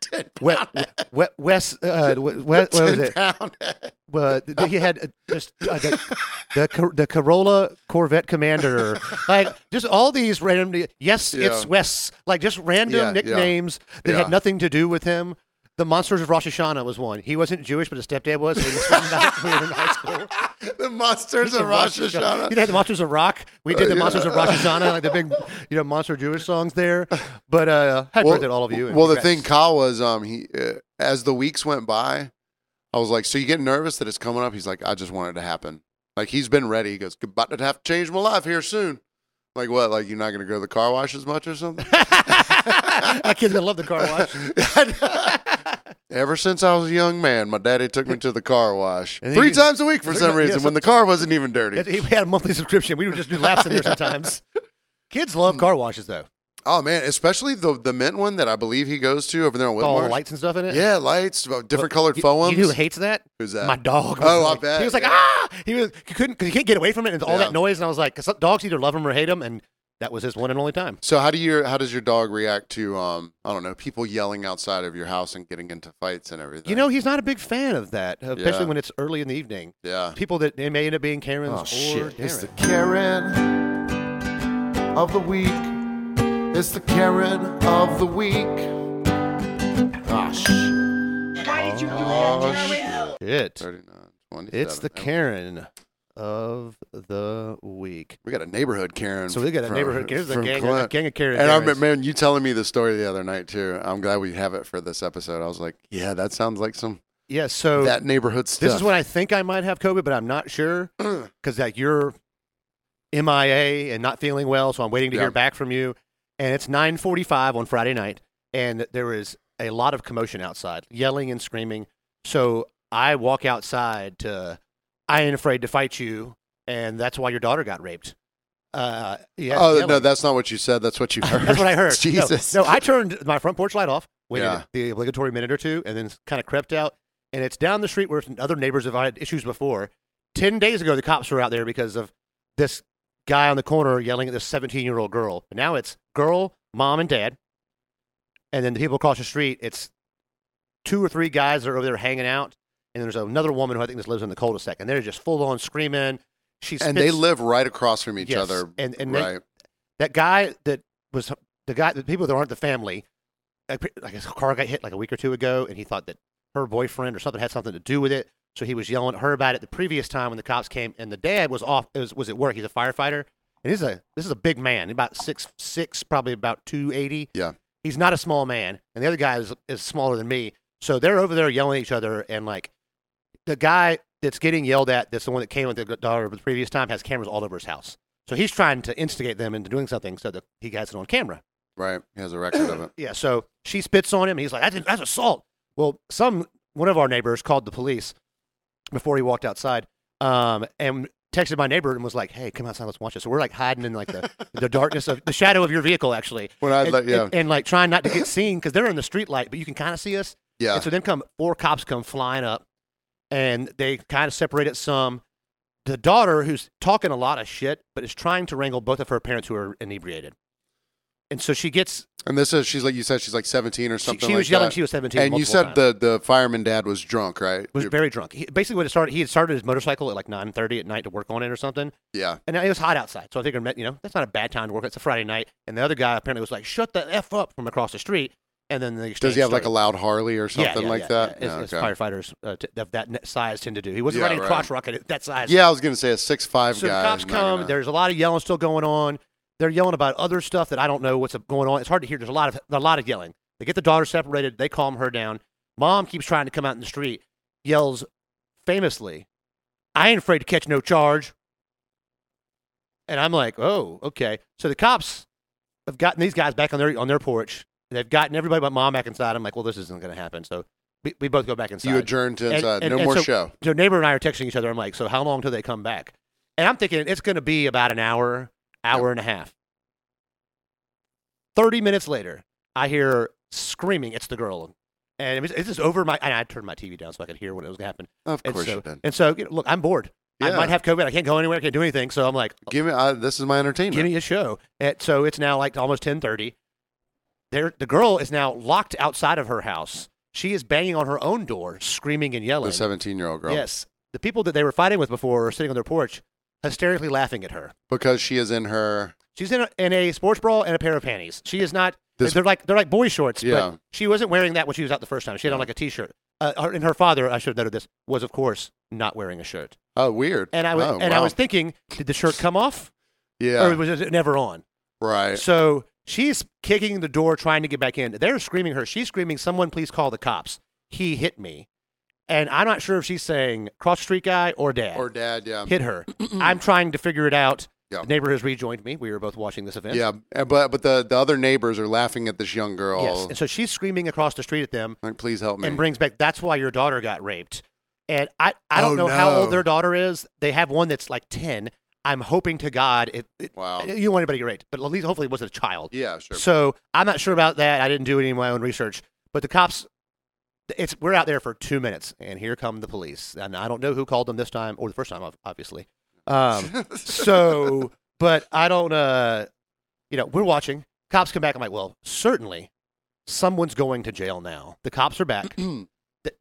Speaker 2: Ten
Speaker 1: wet,
Speaker 2: pound
Speaker 1: wet,
Speaker 2: head.
Speaker 1: West, uh, what, what was
Speaker 2: Ten
Speaker 1: it?
Speaker 2: pound head.
Speaker 1: Well, th- th- he had uh, just uh, the, the Cor- the Corolla Corvette Commander, like just all these random. Yes,
Speaker 2: Yeah.
Speaker 1: it's Wes. Like just random
Speaker 2: Yeah, yeah.
Speaker 1: nicknames that
Speaker 2: Yeah.
Speaker 1: had nothing to do with him. The Monsters of Rosh Hashanah was one. He wasn't Jewish, but his stepdad was. So he was not weird in high school.
Speaker 2: The monsters of Rosh Hashanah. Uh,
Speaker 1: You know, the Monsters of Rock. We did the
Speaker 2: yeah.
Speaker 1: Monsters of Rosh Hashanah, like the big, you know, monster Jewish songs there. But uh, happy birthday to all of you. and
Speaker 2: Well, the
Speaker 1: congrats.
Speaker 2: thing, Kyle, was um, he uh, as the weeks went by, I was like, so you get nervous that it's coming up. He's like, I just want it to happen. Like he's been ready. He goes, about to have to change my life here soon. Like what? Like you're not gonna go to the car wash as much or something?
Speaker 1: that kid's gonna love the car wash.
Speaker 2: Ever since I was a young man, my daddy took me to the car wash
Speaker 1: And
Speaker 2: three
Speaker 1: he-
Speaker 2: times a week for some
Speaker 1: Yeah,
Speaker 2: reason when the car wasn't even dirty.
Speaker 1: He had a monthly subscription. We would just do laps in there sometimes. Kids love car washes though.
Speaker 2: Oh man, especially the the mint one that I believe he goes to over there on
Speaker 1: With all the
Speaker 2: Whitmore.
Speaker 1: lights and stuff in it.
Speaker 2: Yeah, lights, uh, different colored
Speaker 1: You-
Speaker 2: foams.
Speaker 1: You know who hates that?
Speaker 2: Who's that?
Speaker 1: My dog.
Speaker 2: Oh,
Speaker 1: was
Speaker 2: I
Speaker 1: like-
Speaker 2: bet,
Speaker 1: He was like,
Speaker 2: yeah.
Speaker 1: ah, he was. He couldn't. 'cause He can't get away from it, and all
Speaker 2: Yeah.
Speaker 1: that noise. And I was like, 'cause some dogs either love him or hate him, and that was his one and only time.
Speaker 2: So how do your how does your dog react to um I don't know people yelling outside of your house and getting into fights and everything?
Speaker 1: You know, he's not a big fan of that, especially
Speaker 2: Yeah.
Speaker 1: when it's early in the evening.
Speaker 2: yeah.
Speaker 1: People that they may end up being Karens or
Speaker 3: It's the
Speaker 1: Darren.
Speaker 3: Karen of the week. It's the Karen of the week. Ah, shit.
Speaker 1: Shit.
Speaker 2: 39, 27.
Speaker 1: It's the Karen of the week.
Speaker 2: We got a neighborhood Karen.
Speaker 1: So we got a
Speaker 2: from-
Speaker 1: neighborhood. Here's a
Speaker 2: from
Speaker 1: gang, a
Speaker 2: Clint.
Speaker 1: gang of Karens.
Speaker 2: And I remember, man, you telling me the story the other night too. I'm glad we have it for this episode. I was like, yeah, that sounds like some
Speaker 1: yeah. So
Speaker 2: that neighborhood stuff.
Speaker 1: This is when I think I might have COVID, but I'm not sure because like you're MIA and not feeling well, so I'm waiting to
Speaker 2: Yeah.
Speaker 1: hear back from you. And it's 9:45 on Friday night, and there is a lot of commotion outside, yelling and screaming. So I walk outside to, I ain't afraid to fight you, and that's why your daughter got raped. Uh, yeah.
Speaker 2: oh
Speaker 1: yelling.
Speaker 2: no, that's not what you said. That's what you heard.
Speaker 1: That's what I heard. No,
Speaker 2: Jesus.
Speaker 1: No, I turned my front porch light off, waited
Speaker 2: Yeah.
Speaker 1: the obligatory minute or two, and then kind of crept out. And it's down the street where other neighbors have had issues before. Ten days ago, the cops were out there because of this guy on the corner yelling at this 17 year old girl. And now it's girl, mom, and dad. And then the people across the street, it's two or three guys that are over there hanging out. And there's another woman who I think just lives in the cul de sac. And they're just full on screaming. She's
Speaker 2: and they live right across from each
Speaker 1: Yes,
Speaker 2: other.
Speaker 1: and- and they-
Speaker 2: right.
Speaker 1: that guy that was the guy the people that aren't the family like like his car got hit like a week or two ago and he thought that her boyfriend or something had something to do with it so he was yelling at her about it the previous time when the cops came and the dad was off it was, was at work he's a firefighter and he's a this is a big man about six six probably about 280
Speaker 2: Yeah.
Speaker 1: he's not a small man and the other guy is, is smaller than me so they're over there yelling at each other and like the guy that's getting yelled at that's the one that came with the daughter the previous time has cameras all over his house so he's trying to instigate them into doing something so that he has it on camera.
Speaker 2: right. He has a record of it.
Speaker 1: Yeah. So she spits on him. And he's like, that's, that's assault. Well, some one of our neighbors called the police before he walked outside um, and texted my neighbor and was like, hey, come outside. Let's watch this. So we're like hiding in like the, the darkness of the shadow of your vehicle, actually.
Speaker 2: When I
Speaker 1: and,
Speaker 2: let yeah
Speaker 1: and, and, like trying not to get seen because they're in the street light, but you can kind of see us.
Speaker 2: yeah.
Speaker 1: And so then come four cops come flying up and they kind of separate it some. The daughter who's talking a lot of shit, but is trying to wrangle both of her parents who are inebriated. And so she gets
Speaker 2: And this is she's like you said she's like 17 or
Speaker 1: she-
Speaker 2: something.
Speaker 1: she, was
Speaker 2: like
Speaker 1: yelling
Speaker 2: that.
Speaker 1: she was 17
Speaker 2: and you
Speaker 1: multiple
Speaker 2: said
Speaker 1: times.
Speaker 2: the the fireman dad was drunk, right?
Speaker 1: was very drunk. He, basically what it started he had started his motorcycle at like 9:30 at night to work on it or something.
Speaker 2: yeah.
Speaker 1: And it was hot outside. So I figured, you know, that's not a bad time to work. It's a Friday night. And the other guy apparently was like, "Shut the f up" from across the street. And then the
Speaker 2: Does he have like a
Speaker 1: started.
Speaker 2: loud Harley or something
Speaker 1: yeah, yeah,
Speaker 2: like
Speaker 1: yeah,
Speaker 2: that?
Speaker 1: Yeah,
Speaker 2: Yeah,
Speaker 1: as,
Speaker 2: okay.
Speaker 1: as firefighters uh, t- of that ne- size tend to do. He wasn't
Speaker 2: Yeah,
Speaker 1: running a
Speaker 2: right.
Speaker 1: crotch rocket at that size.
Speaker 2: Yeah, I was gonna say a six five
Speaker 1: So
Speaker 2: guy.
Speaker 1: the cops
Speaker 2: is not
Speaker 1: come.
Speaker 2: gonna-
Speaker 1: There's a lot of yelling still going on. They're yelling about other stuff that I don't know what's going on. It's hard to hear. There's a lot of a lot of yelling. They get the daughter separated. They calm her down. Mom keeps trying to come out in the street. Yells famously, "I ain't afraid to catch no charge." And I'm like, "Oh, okay." So the cops have gotten these guys back on their on their porch. And they've gotten everybody but mom back inside. I'm like, "Well, this isn't going to happen." So we, we both go back inside
Speaker 2: you adjourned to
Speaker 1: And-
Speaker 2: inside.
Speaker 1: and-
Speaker 2: no
Speaker 1: and
Speaker 2: more
Speaker 1: so-
Speaker 2: show.
Speaker 1: so neighbor and I are texting each other. I'm like, so how long till they come back? And I'm thinking it's going to be about an hour, hour and a half. Thirty minutes later, I hear screaming, "It's the girl!" And it was, it's just over my. And I turned my TV down so I could hear what was going to happen.
Speaker 2: Of
Speaker 1: And
Speaker 2: course
Speaker 1: so,
Speaker 2: you did.
Speaker 1: And so, you know, look, I'm bored. I
Speaker 2: Yeah.
Speaker 1: might have COVID. I can't go anywhere. I can't do anything. So I'm like,
Speaker 2: Give me. I, this is my entertainment.
Speaker 1: give me a show. And so it's now like almost ten thirty. There, the girl is now locked outside of her house. She is banging on her own door, screaming and yelling.
Speaker 2: the seventeen-year-old girl.
Speaker 1: Yes, the people that they were fighting with before are sitting on their porch, hysterically laughing at her.
Speaker 2: Because she is in her.
Speaker 1: She's in a, in a sports bra and a pair of panties. She is not.
Speaker 2: This-
Speaker 1: they're like they're like boy shorts.
Speaker 2: Yeah.
Speaker 1: But she wasn't wearing that when she was out the first time. She had on like a t-shirt. Uh, her, and her father, I should have noted this, was of course not wearing a shirt.
Speaker 2: Oh, weird.
Speaker 1: And I was
Speaker 2: Oh,
Speaker 1: and I
Speaker 2: wow.
Speaker 1: was thinking, did the shirt come off
Speaker 2: Yeah. Eh.
Speaker 1: or was it never on?
Speaker 2: right.
Speaker 1: So she's kicking the door, trying to get back in. They're screaming her. She's screaming, "Someone please call the cops! He hit me!" And I'm not sure if she's saying cross street guy or dad
Speaker 2: Or dad. Yeah.
Speaker 1: hit her. I'm trying to figure it out.
Speaker 2: Um, Yeah.
Speaker 1: The neighbor has rejoined me. We were both watching this event.
Speaker 2: Yeah. and- But but the the other neighbors are laughing at this young girl.
Speaker 1: Yes. And so she's screaming across the street at them
Speaker 2: Like, please help me.
Speaker 1: and brings back, that's why your daughter got raped. And I, I don't know
Speaker 2: Oh,
Speaker 1: how
Speaker 2: no.
Speaker 1: old their daughter is. They have one that's like 10. I'm hoping to God it, it
Speaker 2: wow.
Speaker 1: Uh, you don't want anybody to get raped, but at least hopefully it wasn't a child.
Speaker 2: yeah. Sure.
Speaker 1: So I'm not sure about that. I didn't do any of my own research, but the cops, it's we're out there for two minutes, and here come the police. And I don't know who called them this time or the first time, ob- obviously. Um, so, but I don't, uh, you know, we're watching. Cops come back. I'm like, well, certainly someone's going to jail now. The cops are back. D-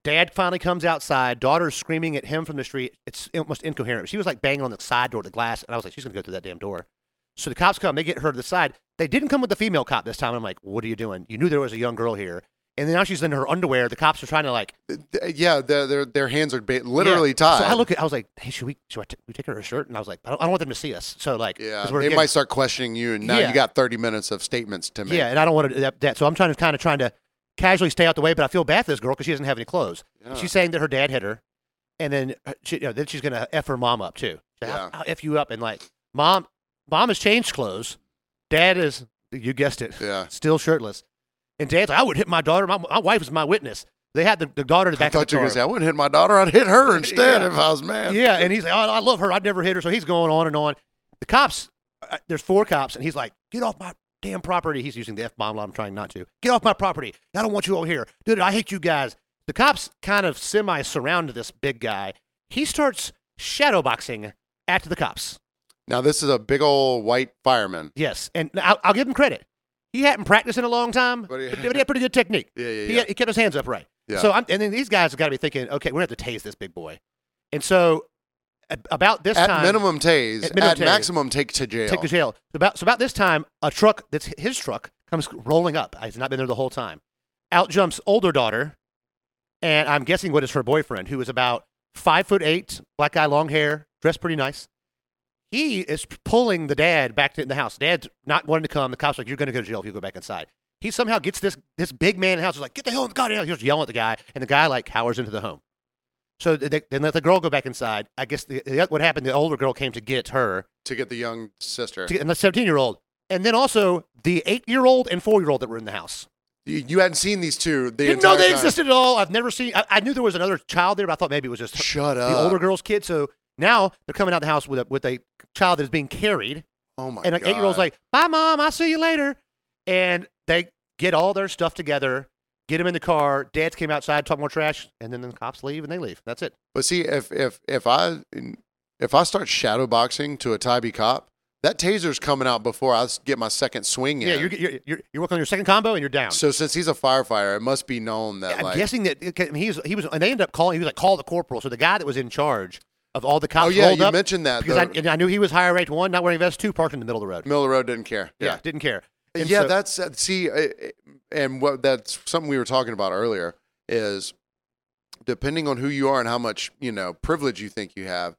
Speaker 1: Dad finally comes outside. Daughter's screaming at him from the street. It's almost incoherent. She was like banging on the side door, the glass. And I was like, she's going to go through that damn door. So the cops come. They get her to the side. They didn't come with the female cop this time. I'm like, what are you doing? You knew there was a young girl here. And then now she's in her underwear. The cops are trying to like
Speaker 2: Th- yeah. Their their their hands are ba- literally
Speaker 1: yeah.
Speaker 2: tied.
Speaker 1: So I look at, I was like, hey, should we, should I t- we take her shirt? And I was like, I don't, I don't want them to see us. So like,
Speaker 2: yeah.
Speaker 1: 'cause
Speaker 2: They
Speaker 1: we're getting-
Speaker 2: might start questioning you, and now
Speaker 1: Yeah.
Speaker 2: you got thirty minutes of statements to make.
Speaker 1: yeah, and I don't want to do that, that. So I'm trying to kind of trying to casually stay out the way, but I feel bad for this girl because she doesn't have any clothes.
Speaker 2: Yeah.
Speaker 1: She's saying that her dad hit her, and then uh, she, you know, then she's gonna f her mom up too. So I'll-
Speaker 2: Yeah.
Speaker 1: I'll, f you up and like mom, mom has changed clothes. Dad is you guessed it,
Speaker 2: Yeah.
Speaker 1: still shirtless. And dad's like, I would hit my daughter. My, my wife is my witness. They had the, the daughter in the
Speaker 2: I
Speaker 1: back of
Speaker 2: thought
Speaker 1: the
Speaker 2: you were
Speaker 1: car.
Speaker 2: gonna say I wouldn't hit my daughter. I'd hit her instead
Speaker 1: Yeah.
Speaker 2: if I was mad.
Speaker 1: Yeah, and he's like, oh, I love her. I'd never hit her. So he's going on and on. The cops, uh, there's four cops, and he's like, get off my damn property. He's using the F bomb. I'm trying not to. Get off my property. I don't want you over here. Dude, I hate you guys. The cops kind of semi surround this big guy. He starts shadowboxing after the cops.
Speaker 2: Now this is a big old white fireman.
Speaker 1: Yes, and I'll, I'll give him credit. He hadn't practiced in a long time,
Speaker 2: But
Speaker 1: but
Speaker 2: he-
Speaker 1: he, had pretty good technique.
Speaker 2: Yeah, yeah,
Speaker 1: He,
Speaker 2: yeah.
Speaker 1: had- he kept his hands upright.
Speaker 2: Yeah.
Speaker 1: So, I'm, and then these guys have got to be thinking, okay, we're going to have to tase this big boy. And so, a- about this
Speaker 2: At
Speaker 1: time,
Speaker 2: minimum tase. At,
Speaker 1: At minimum tase.
Speaker 2: maximum take to jail.
Speaker 1: take to jail. So about, so about this time, a truck that's his truck comes rolling up. He's not been there the whole time. Out jumps older daughter, and I'm guessing what is her boyfriend, who is about five foot eight, black guy, long hair, dressed pretty nice. He is pulling the dad back to the house. Dad's not wanting to come. The cops are like, "You're going to go to jail if you go back inside." He somehow gets this this big man in the house. He's like, "Get the hell in the goddamn!" He's yelling at the guy, and the guy like cowers into the home. So they, they let the girl go back inside. I guess the, the, what happened? The older girl came to get her,
Speaker 2: to get the young sister.
Speaker 1: to get- and the 17 year old. And then also the eight year old and four year old that were in the house.
Speaker 2: You, you hadn't seen these two. The
Speaker 1: Didn't know
Speaker 2: entire
Speaker 1: they
Speaker 2: time.
Speaker 1: existed at all. I've never seen, I, I knew there was another child there, but I thought maybe it was just her-
Speaker 2: Shut up.
Speaker 1: the older girl's kid. So now they're coming out of the house with a, with a child that is being carried.
Speaker 2: Oh my
Speaker 1: and an
Speaker 2: god.
Speaker 1: eight year old's like, bye, mom, I'll see you later. And they get all their stuff together, get him in the car. Dads came outside, talk more trash, and then the cops leave and they leave. That's it.
Speaker 2: But see, if if if I if I start shadow boxing to a Tybee cop, that taser's coming out before I s- get my second swing in.
Speaker 1: Yeah, you're, you're, you're, you're working on your second combo and you're down.
Speaker 2: so since he's a firefighter, it must be known that
Speaker 1: I'm
Speaker 2: like
Speaker 1: guessing that okay, he was, he was, and they ended up calling. He was like, call the corporal. So the guy that was in charge of all the cops
Speaker 2: Oh yeah,
Speaker 1: rolled
Speaker 2: you
Speaker 1: up
Speaker 2: mentioned that.
Speaker 1: because
Speaker 2: the
Speaker 1: I, and I knew he was higher ranked one, not wearing a vest two, parked in the middle of the road.
Speaker 2: middle of the road didn't care.
Speaker 1: Yeah, didn't care. And
Speaker 2: yeah,
Speaker 1: so-
Speaker 2: that's uh, see, uh, uh, and what that's something we were talking about earlier is depending on who you are and how much you know privilege you think you have.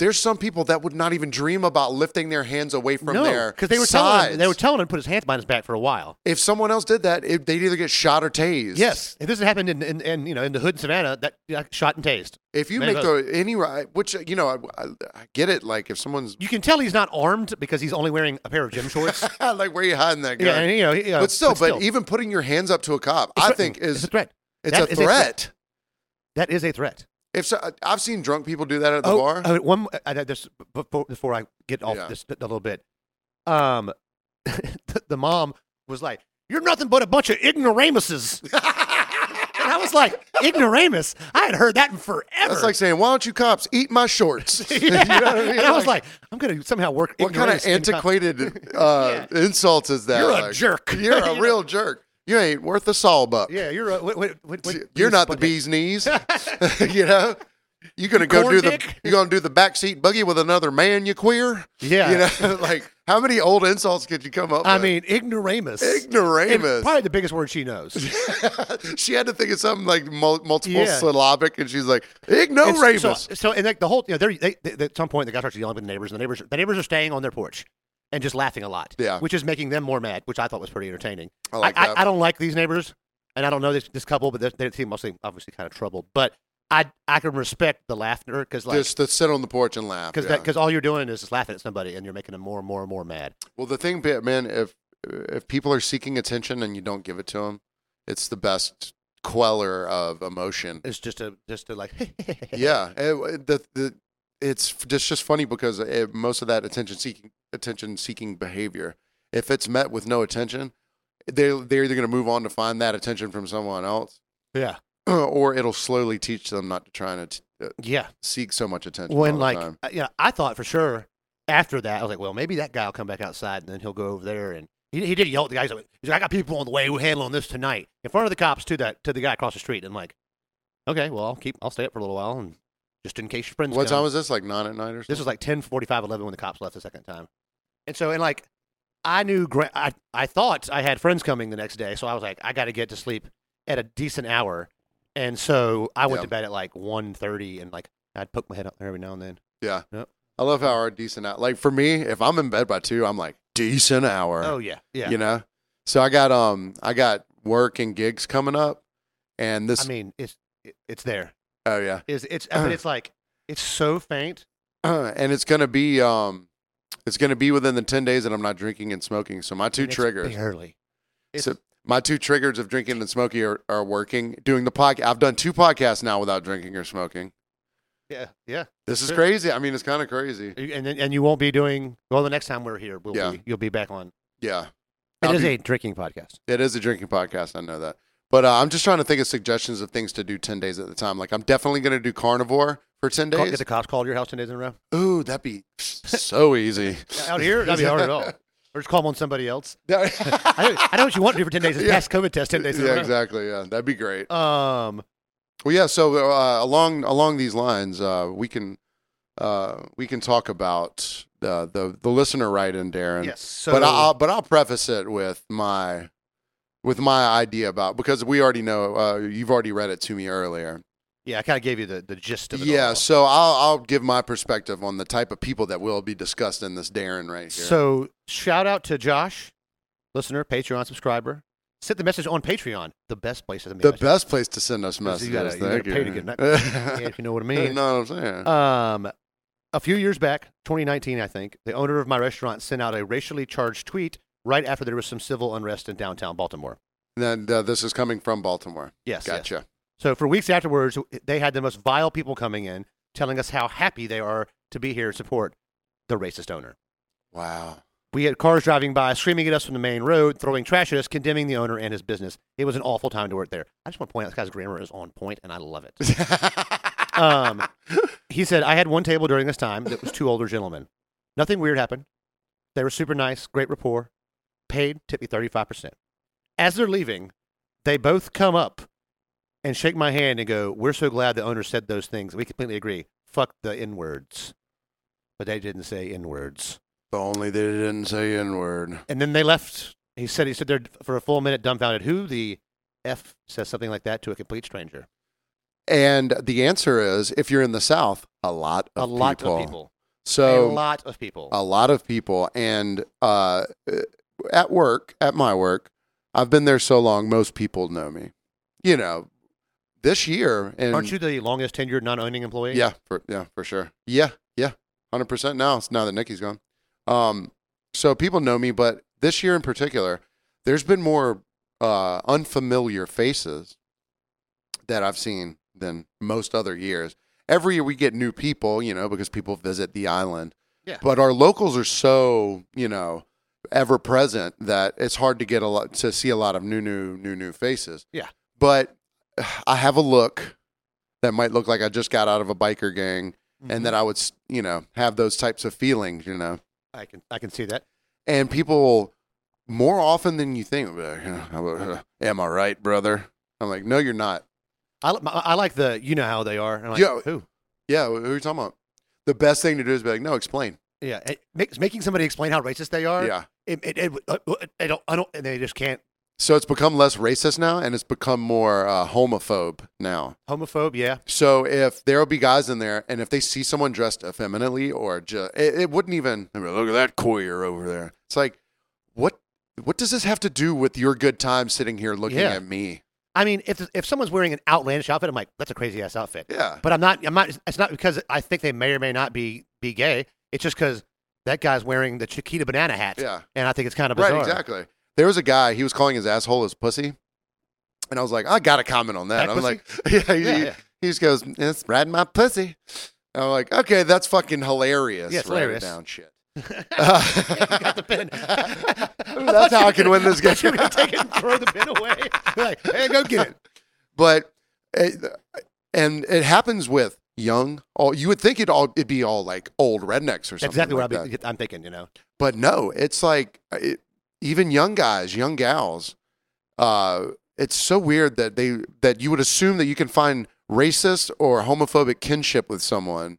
Speaker 2: There's some people that would not even dream about lifting their hands away from
Speaker 1: no,
Speaker 2: their
Speaker 1: because they were telling
Speaker 2: sides.
Speaker 1: him, they were telling him to put his hands behind his back for a while.
Speaker 2: if someone else did that, it, they'd either get shot or tased.
Speaker 1: Yes, if this had happened in, in, in you know in the hood in Savannah, that yeah, shot and tased.
Speaker 2: If you
Speaker 1: Man,
Speaker 2: make the any right, which uh, you know, I, I, I get it. Like if someone's
Speaker 1: You can tell he's not armed because he's only wearing a pair of gym shorts.
Speaker 2: like, where are you hiding that guy?
Speaker 1: yeah, and you know, he- yeah,
Speaker 2: but still, but, even putting your hands up to a cop,
Speaker 1: It's
Speaker 2: I
Speaker 1: threatening.
Speaker 2: think is
Speaker 1: it's a
Speaker 2: it's,
Speaker 1: threat.
Speaker 2: a
Speaker 1: That
Speaker 2: threat.
Speaker 1: is That is a threat.
Speaker 2: If so, I've seen drunk people do that at the
Speaker 1: oh,
Speaker 2: bar.
Speaker 1: oh, one I, I, this, before, before I get off
Speaker 2: Yeah.
Speaker 1: this a little bit, um, the, the mom was like, You're nothing but a bunch of ignoramuses. and I was like, Ignoramus? I had heard that in forever.
Speaker 2: That's like saying, why don't you cops eat my shorts? You know
Speaker 1: yeah.
Speaker 2: what I mean?
Speaker 1: And I was like, I'm going to somehow work.
Speaker 2: what kind of
Speaker 1: ignoramus into-
Speaker 2: antiquated uh, insults is that?
Speaker 1: You're a
Speaker 2: like?
Speaker 1: jerk.
Speaker 2: You're a real jerk. You ain't worth a sawbuck.
Speaker 1: Yeah, you're a. What, what, what, what-
Speaker 2: You're not the
Speaker 1: fucking-
Speaker 2: bee's knees. you know, you gonna go
Speaker 1: Corn
Speaker 2: do the
Speaker 1: dick.
Speaker 2: you gonna do the backseat boogie with another man? You queer?
Speaker 1: Yeah.
Speaker 2: You know, like how many old insults could you come up?
Speaker 1: I
Speaker 2: with?
Speaker 1: mean, ignoramus. And
Speaker 2: ignoramus.
Speaker 1: Probably the biggest word she knows.
Speaker 2: she had to think of something like mul- multiple
Speaker 1: Yeah.
Speaker 2: syllabic, and she's like
Speaker 1: And
Speaker 2: ignoramus.
Speaker 1: So, so and like the whole, you know, they're, they, they, at some point the guy starts yelling at the neighbors, and the neighbors, the neighbors are staying on their porch and just laughing a lot.
Speaker 2: Yeah.
Speaker 1: which is making them more mad, which I thought was pretty entertaining.
Speaker 2: I like
Speaker 1: I,
Speaker 2: that.
Speaker 1: I, I don't like these neighbors, and I don't know this, this couple, but they, they seem mostly obviously kind of troubled. But I I can respect the laughter because like
Speaker 2: just to sit on the porch and laugh.
Speaker 1: because
Speaker 2: yeah.
Speaker 1: because all you're doing is just laughing at somebody, and you're making them more and more and more mad.
Speaker 2: Well, the thing, be- man, if if people are seeking attention and you don't give it to them, it's the best queller of emotion.
Speaker 1: It's just a just to like
Speaker 2: yeah, it- the the it's f- just just funny because eh, most of that attention seeking attention seeking behavior, if it's met with no attention, they they're either going to move on to find that attention from someone else,
Speaker 1: yeah
Speaker 2: or it'll slowly teach them not to try and att- uh,
Speaker 1: yeah.
Speaker 2: seek so much attention. all
Speaker 1: When
Speaker 2: the
Speaker 1: like
Speaker 2: time.
Speaker 1: uh, yeah, I thought for sure after that I was like, well, maybe that guy will come back outside and then he'll go over there and he, he did yell at the guy. He's like, he's like, I got people on the way who handling this tonight in front of the cops to that to the guy across the street. And like, okay, well, I'll keep I'll stay up for a little while and just in case your friends.
Speaker 2: what
Speaker 1: come.
Speaker 2: time was this? Like nine at night or something.
Speaker 1: This was like 10, 11 when the cops left the second time. And so, and like, I knew, gra- I, I thought I had friends coming the next day. So I was like, I got to get to sleep at a decent hour. And so I went
Speaker 2: Yeah.
Speaker 1: to bed at like 1.30 and like, I'd poke my head up there every now and then.
Speaker 2: yeah.
Speaker 1: Yep.
Speaker 2: I love how our decent hour. Like for me, if I'm in bed by two, I'm like decent hour.
Speaker 1: Oh, yeah. Yeah.
Speaker 2: You know, so I got um I got work and gigs coming up, and this
Speaker 1: I mean, it's, it, it's there.
Speaker 2: oh yeah.
Speaker 1: It's, it's, I mean, it's like, it's so faint.
Speaker 2: and it's gonna be um it's gonna be within the 10 days that i'm not drinking and smoking so my two
Speaker 1: and it's
Speaker 2: triggers
Speaker 1: Barely. It's,
Speaker 2: so my two triggers of drinking and smoking are, are working doing the podcast i've done two podcasts now without drinking or smoking
Speaker 1: yeah. Yeah.
Speaker 2: this is
Speaker 1: Sure.
Speaker 2: crazy i mean it's kind of crazy
Speaker 1: You- And then, and you won't be doing, well, the next time we're here, we'll
Speaker 2: Yeah.
Speaker 1: be, you'll be back on.
Speaker 2: yeah
Speaker 1: It
Speaker 2: I'll
Speaker 1: is
Speaker 2: be-
Speaker 1: a drinking podcast.
Speaker 2: it is a drinking podcast i know that but uh, i'm just trying to think of suggestions of things to do 10 days at the time like i'm definitely gonna do carnivore for 10
Speaker 1: Call, get
Speaker 2: days
Speaker 1: the cops called to your house 10 days in a row.
Speaker 2: ooh that'd be so easy
Speaker 1: out here, that'd be hard at all. Or just call on somebody else. I know, I know what you want to do for ten days. Is
Speaker 2: Yeah.
Speaker 1: pass COVID test ten days. in a
Speaker 2: yeah
Speaker 1: row.
Speaker 2: exactly yeah that'd be great
Speaker 1: Um,
Speaker 2: Well, yeah. So uh, along along these lines, uh, we can uh, we can talk about uh, the the listener right in Darren.
Speaker 1: yes. So,
Speaker 2: but I'll but I'll preface it with my with my idea about because we already know uh, you've already read it to me earlier.
Speaker 1: yeah, I kind of gave you the, the gist of it.
Speaker 2: Yeah.
Speaker 1: all.
Speaker 2: So I'll I'll give my perspective on the type of people that will be discussed in this Darren right here.
Speaker 1: So shout out to Josh, listener, Patreon subscriber. Send the message on Patreon. The best place to send me
Speaker 2: the
Speaker 1: a message.
Speaker 2: best place to send us
Speaker 1: Because
Speaker 2: messages.
Speaker 1: you gotta- you gotta
Speaker 2: Thank
Speaker 1: pay to
Speaker 2: you.
Speaker 1: get that- Yeah, if you know what I
Speaker 2: You
Speaker 1: mean.
Speaker 2: know what I'm saying?
Speaker 1: Um, a few years back, 2019, I think, the owner of my restaurant sent out a racially charged tweet right after there was some civil unrest in downtown Baltimore.
Speaker 2: Then uh, this is coming from Baltimore.
Speaker 1: Yes. yes.
Speaker 2: Gotcha.
Speaker 1: So for weeks afterwards, they had the most vile people coming in, telling us how happy they are to be here to support the racist owner.
Speaker 2: Wow.
Speaker 1: We had cars driving by, screaming at us from the main road, throwing trash at us, condemning the owner and his business. It was an awful time to work there. I just want to point out this guy's grammar is on point, and I love it. Um, he said, I had one table during this time that was two older gentlemen. Nothing weird happened. They were super nice, great rapport, paid, tipped me 35%. As they're leaving, they both come up and shake my hand and go, We're so glad the owner said those things. We completely agree. Fuck the N words. But they didn't say N words.
Speaker 2: If only they didn't say N word.
Speaker 1: And then they left. He said he stood there for a full minute dumbfounded. Who the F says something like that to a complete stranger?
Speaker 2: And the answer is if you're in the South, a lot
Speaker 1: A
Speaker 2: of
Speaker 1: lot
Speaker 2: people.
Speaker 1: of people.
Speaker 2: So
Speaker 1: a lot of people.
Speaker 2: a lot of people. And uh, at work, at my work, I've been there so long, most people know me. You know, this year. And
Speaker 1: Aren't you the longest tenured non owning employee?
Speaker 2: Yeah, for, yeah, for sure. Yeah, yeah, hundred percent. Now, it's now that Nikki's gone, um, so people know me. But this year in particular, there's been more uh, unfamiliar faces that I've seen than most other years. Every year we get new people, you know, because people visit the island.
Speaker 1: Yeah.
Speaker 2: But our locals are so, you know, ever present that it's hard to get a lot to see a lot of new, new, new, new faces.
Speaker 1: Yeah.
Speaker 2: But I have a look that might look like I just got out of a biker gang,
Speaker 1: Mm-hmm.
Speaker 2: and that I would, s- you know, have those types of feelings, you know.
Speaker 1: I can I can see that.
Speaker 2: And people more often than you think, will be like, "Uh, uh, am I right, brother? I'm like, no, you're not.
Speaker 1: I, li- my- I like the you know how they are. And I'm like,
Speaker 2: Yeah.
Speaker 1: who?
Speaker 2: Yeah, wh- who are you talking about? The best thing to do is be like, no, explain.
Speaker 1: Yeah, it makes, making somebody explain how racist they are.
Speaker 2: Yeah.
Speaker 1: it, it, it, uh, uh, I don't I don't and they just can't
Speaker 2: So it's become less racist now, and it's become more uh, homophobe now.
Speaker 1: homophobe. Yeah,
Speaker 2: So if there'll be guys in there, and if they see someone dressed effeminately or just, it, it wouldn't even they'd be like, look at that queer over there. It's like, what what does this have to do with your good time sitting here looking
Speaker 1: Yeah.
Speaker 2: at me?
Speaker 1: I mean if if someone's wearing an outlandish outfit, I'm like that's a crazy ass outfit.
Speaker 2: Yeah,
Speaker 1: But I'm not I'm not. It's not because I think they may or may not be be gay. It's just because that guy's wearing the Chiquita banana hat.
Speaker 2: yeah,
Speaker 1: and I think it's kind of bizarre.
Speaker 2: right, exactly. There was a guy he was calling his asshole his pussy, and I was like, I got to comment on that.
Speaker 1: That
Speaker 2: I'm
Speaker 1: pussy?
Speaker 2: like, yeah, he,
Speaker 1: Yeah, yeah.
Speaker 2: he just goes, it's riding my pussy. And I'm like, okay, that's fucking hilarious.
Speaker 1: Yeah, it's
Speaker 2: Write it
Speaker 1: hilarious.
Speaker 2: Down shit.
Speaker 1: Got the pin.
Speaker 2: That's how I can win this game.
Speaker 1: You're gonna take it and throw the pin away. You're like, hey, go get it.
Speaker 2: but it, and it happens with young all you would think it all it'd be all like old rednecks or something
Speaker 1: That's exactly
Speaker 2: like
Speaker 1: what I'll
Speaker 2: that.
Speaker 1: be, I'm thinking. You know,
Speaker 2: but no it's like eh, it, even young guys young gals uh it's so weird that they that you would assume that you can find racist or homophobic kinship with someone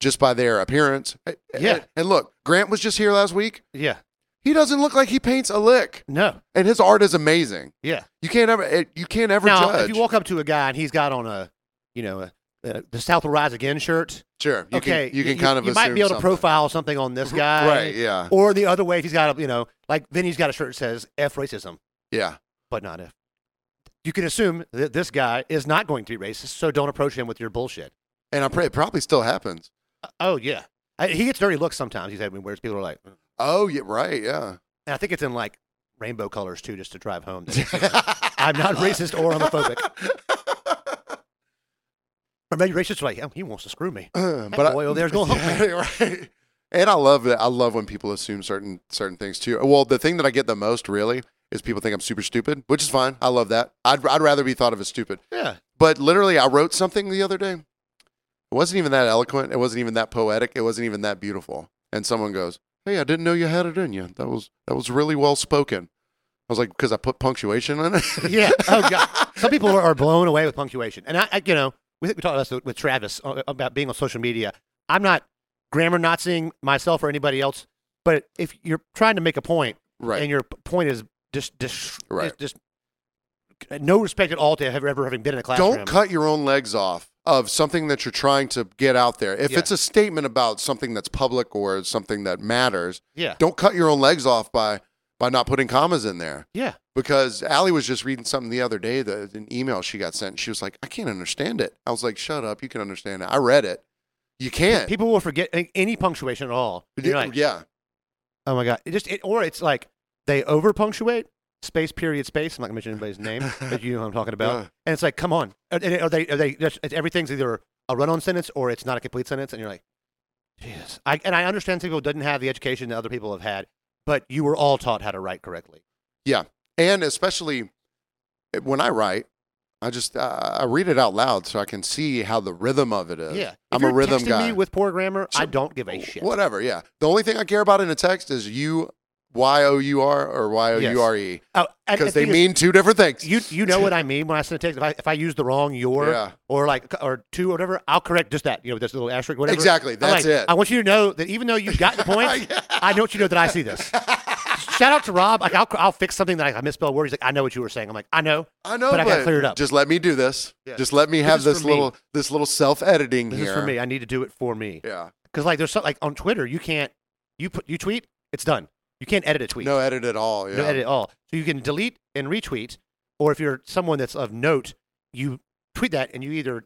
Speaker 2: just by their appearance Eh,
Speaker 1: Yeah.
Speaker 2: and look grant was just here last week
Speaker 1: yeah,
Speaker 2: he doesn't look like he paints a lick
Speaker 1: no,
Speaker 2: and his art is amazing
Speaker 1: yeah.
Speaker 2: you can't ever it, you can't ever
Speaker 1: Now,
Speaker 2: judge
Speaker 1: if you walk up to a guy and he's got on a, you know, a, a, the South Will Rise Again shirt,
Speaker 2: sure you
Speaker 1: okay,
Speaker 2: can you can kind of
Speaker 1: you might
Speaker 2: assume
Speaker 1: be able to
Speaker 2: something.
Speaker 1: profile something on this guy,
Speaker 2: Right. Yeah.
Speaker 1: Or the other way, if he's got a, you know, like then he's got a shirt that says "F racism,"
Speaker 2: Yeah.
Speaker 1: but not "F." You can assume that this guy is not going to be racist, so don't approach him with your bullshit.
Speaker 2: And I pray it probably still happens.
Speaker 1: Oh yeah, I, he gets dirty looks sometimes. He's had where people are like, "Mm."
Speaker 2: Oh yeah. Right. Yeah.
Speaker 1: and I think it's in like rainbow colors too, just to drive home. that it's, you know, I'm not racist or homophobic, or maybe racist. Like, oh, he wants to screw me.
Speaker 2: but
Speaker 1: That
Speaker 2: I-
Speaker 1: boy over there's going home.
Speaker 2: Yeah, right. And I love that. I love when people assume certain certain things too. Well, the thing that I get the most really is people think I'm super stupid, which is fine. I love that. I'd I'd rather be thought of as stupid.
Speaker 1: Yeah,
Speaker 2: But literally, I wrote something the other day. It wasn't even that eloquent. It wasn't even that poetic. It wasn't even that beautiful. And someone goes, "Hey, I didn't know you had it in you. That was that was really well spoken." I was like, "Because I put punctuation in it."
Speaker 1: yeah. Oh god, some people are- are blown away with punctuation, and I, I you know, we think we talked about this with Travis uh, about being on social media. I'm not grammar Nazing myself or anybody else, but if you're trying to make a point
Speaker 2: right.
Speaker 1: and your p- point is just just,
Speaker 2: Right.
Speaker 1: just no respect at all to ever, ever having been in a classroom.
Speaker 2: Don't cut your own legs off of something that you're trying to get out there. If
Speaker 1: Yeah.
Speaker 2: it's a statement about something that's public or something that matters,
Speaker 1: Yeah.
Speaker 2: don't cut your own legs off by by not putting commas in there.
Speaker 1: Yeah.
Speaker 2: Because Allie was just reading something the other day, the, an email she got sent. And she was like, I can't understand it. I was like, shut up. You can understand it. I read it. You can't.
Speaker 1: People will forget a- any punctuation at all. You're like,
Speaker 2: yeah.
Speaker 1: oh my god, it just it, or it's like they over punctuate space period space. I'm not gonna mention anybody's name, but you know what I'm talking about.
Speaker 2: Yeah.
Speaker 1: And it's like, come on, are, are they are they? Just, it's, everything's either a run-on sentence or it's not a complete sentence, and you're like, Jesus. I, and I understand some people didn't have the education that other people have had, but you were all taught how to write correctly.
Speaker 2: And especially eh, when I write, I just uh, I read it out loud so I can see how the rhythm of it is.
Speaker 1: Yeah, if
Speaker 2: I'm
Speaker 1: you're
Speaker 2: a rhythm
Speaker 1: texting
Speaker 2: guy.
Speaker 1: Me with poor grammar, I
Speaker 2: So-
Speaker 1: don't give a shit.
Speaker 2: Whatever, yeah. The only thing I care about in a text is you, Y O U R or Y O U R E,
Speaker 1: Oh, and
Speaker 2: because
Speaker 1: the
Speaker 2: they
Speaker 1: thing is,
Speaker 2: mean two different things.
Speaker 1: you you know what I mean when I send a text. If I, if I use the wrong your
Speaker 2: Yeah.
Speaker 1: or like or two or whatever, I'll correct just that. You know, this little asterisk, whatever.
Speaker 2: Exactly,
Speaker 1: I'm
Speaker 2: that's
Speaker 1: like,
Speaker 2: it.
Speaker 1: I want you to know that even though you got the point,
Speaker 2: Yeah.
Speaker 1: I know what you know that I see this. Shout out to Rob. Like I'll I'll fix something that I, I misspelled word. He's like, I know what you were saying. I'm like, I know.
Speaker 2: I know,
Speaker 1: but
Speaker 2: but
Speaker 1: I gotta clear it up.
Speaker 2: Just let me do this.
Speaker 1: Yeah.
Speaker 2: Just let me
Speaker 1: This
Speaker 2: have
Speaker 1: is
Speaker 2: this,
Speaker 1: for me.
Speaker 2: little this little self editing
Speaker 1: This
Speaker 2: here.
Speaker 1: is for me. I need to do it for me.
Speaker 2: Yeah,
Speaker 1: Because like there's something like on Twitter, you can't you put you tweet, it's done. You can't edit a tweet.
Speaker 2: no edit at all. Yeah,
Speaker 1: no edit at all. So you can delete and retweet, or if you're someone that's of note, you tweet that and you either,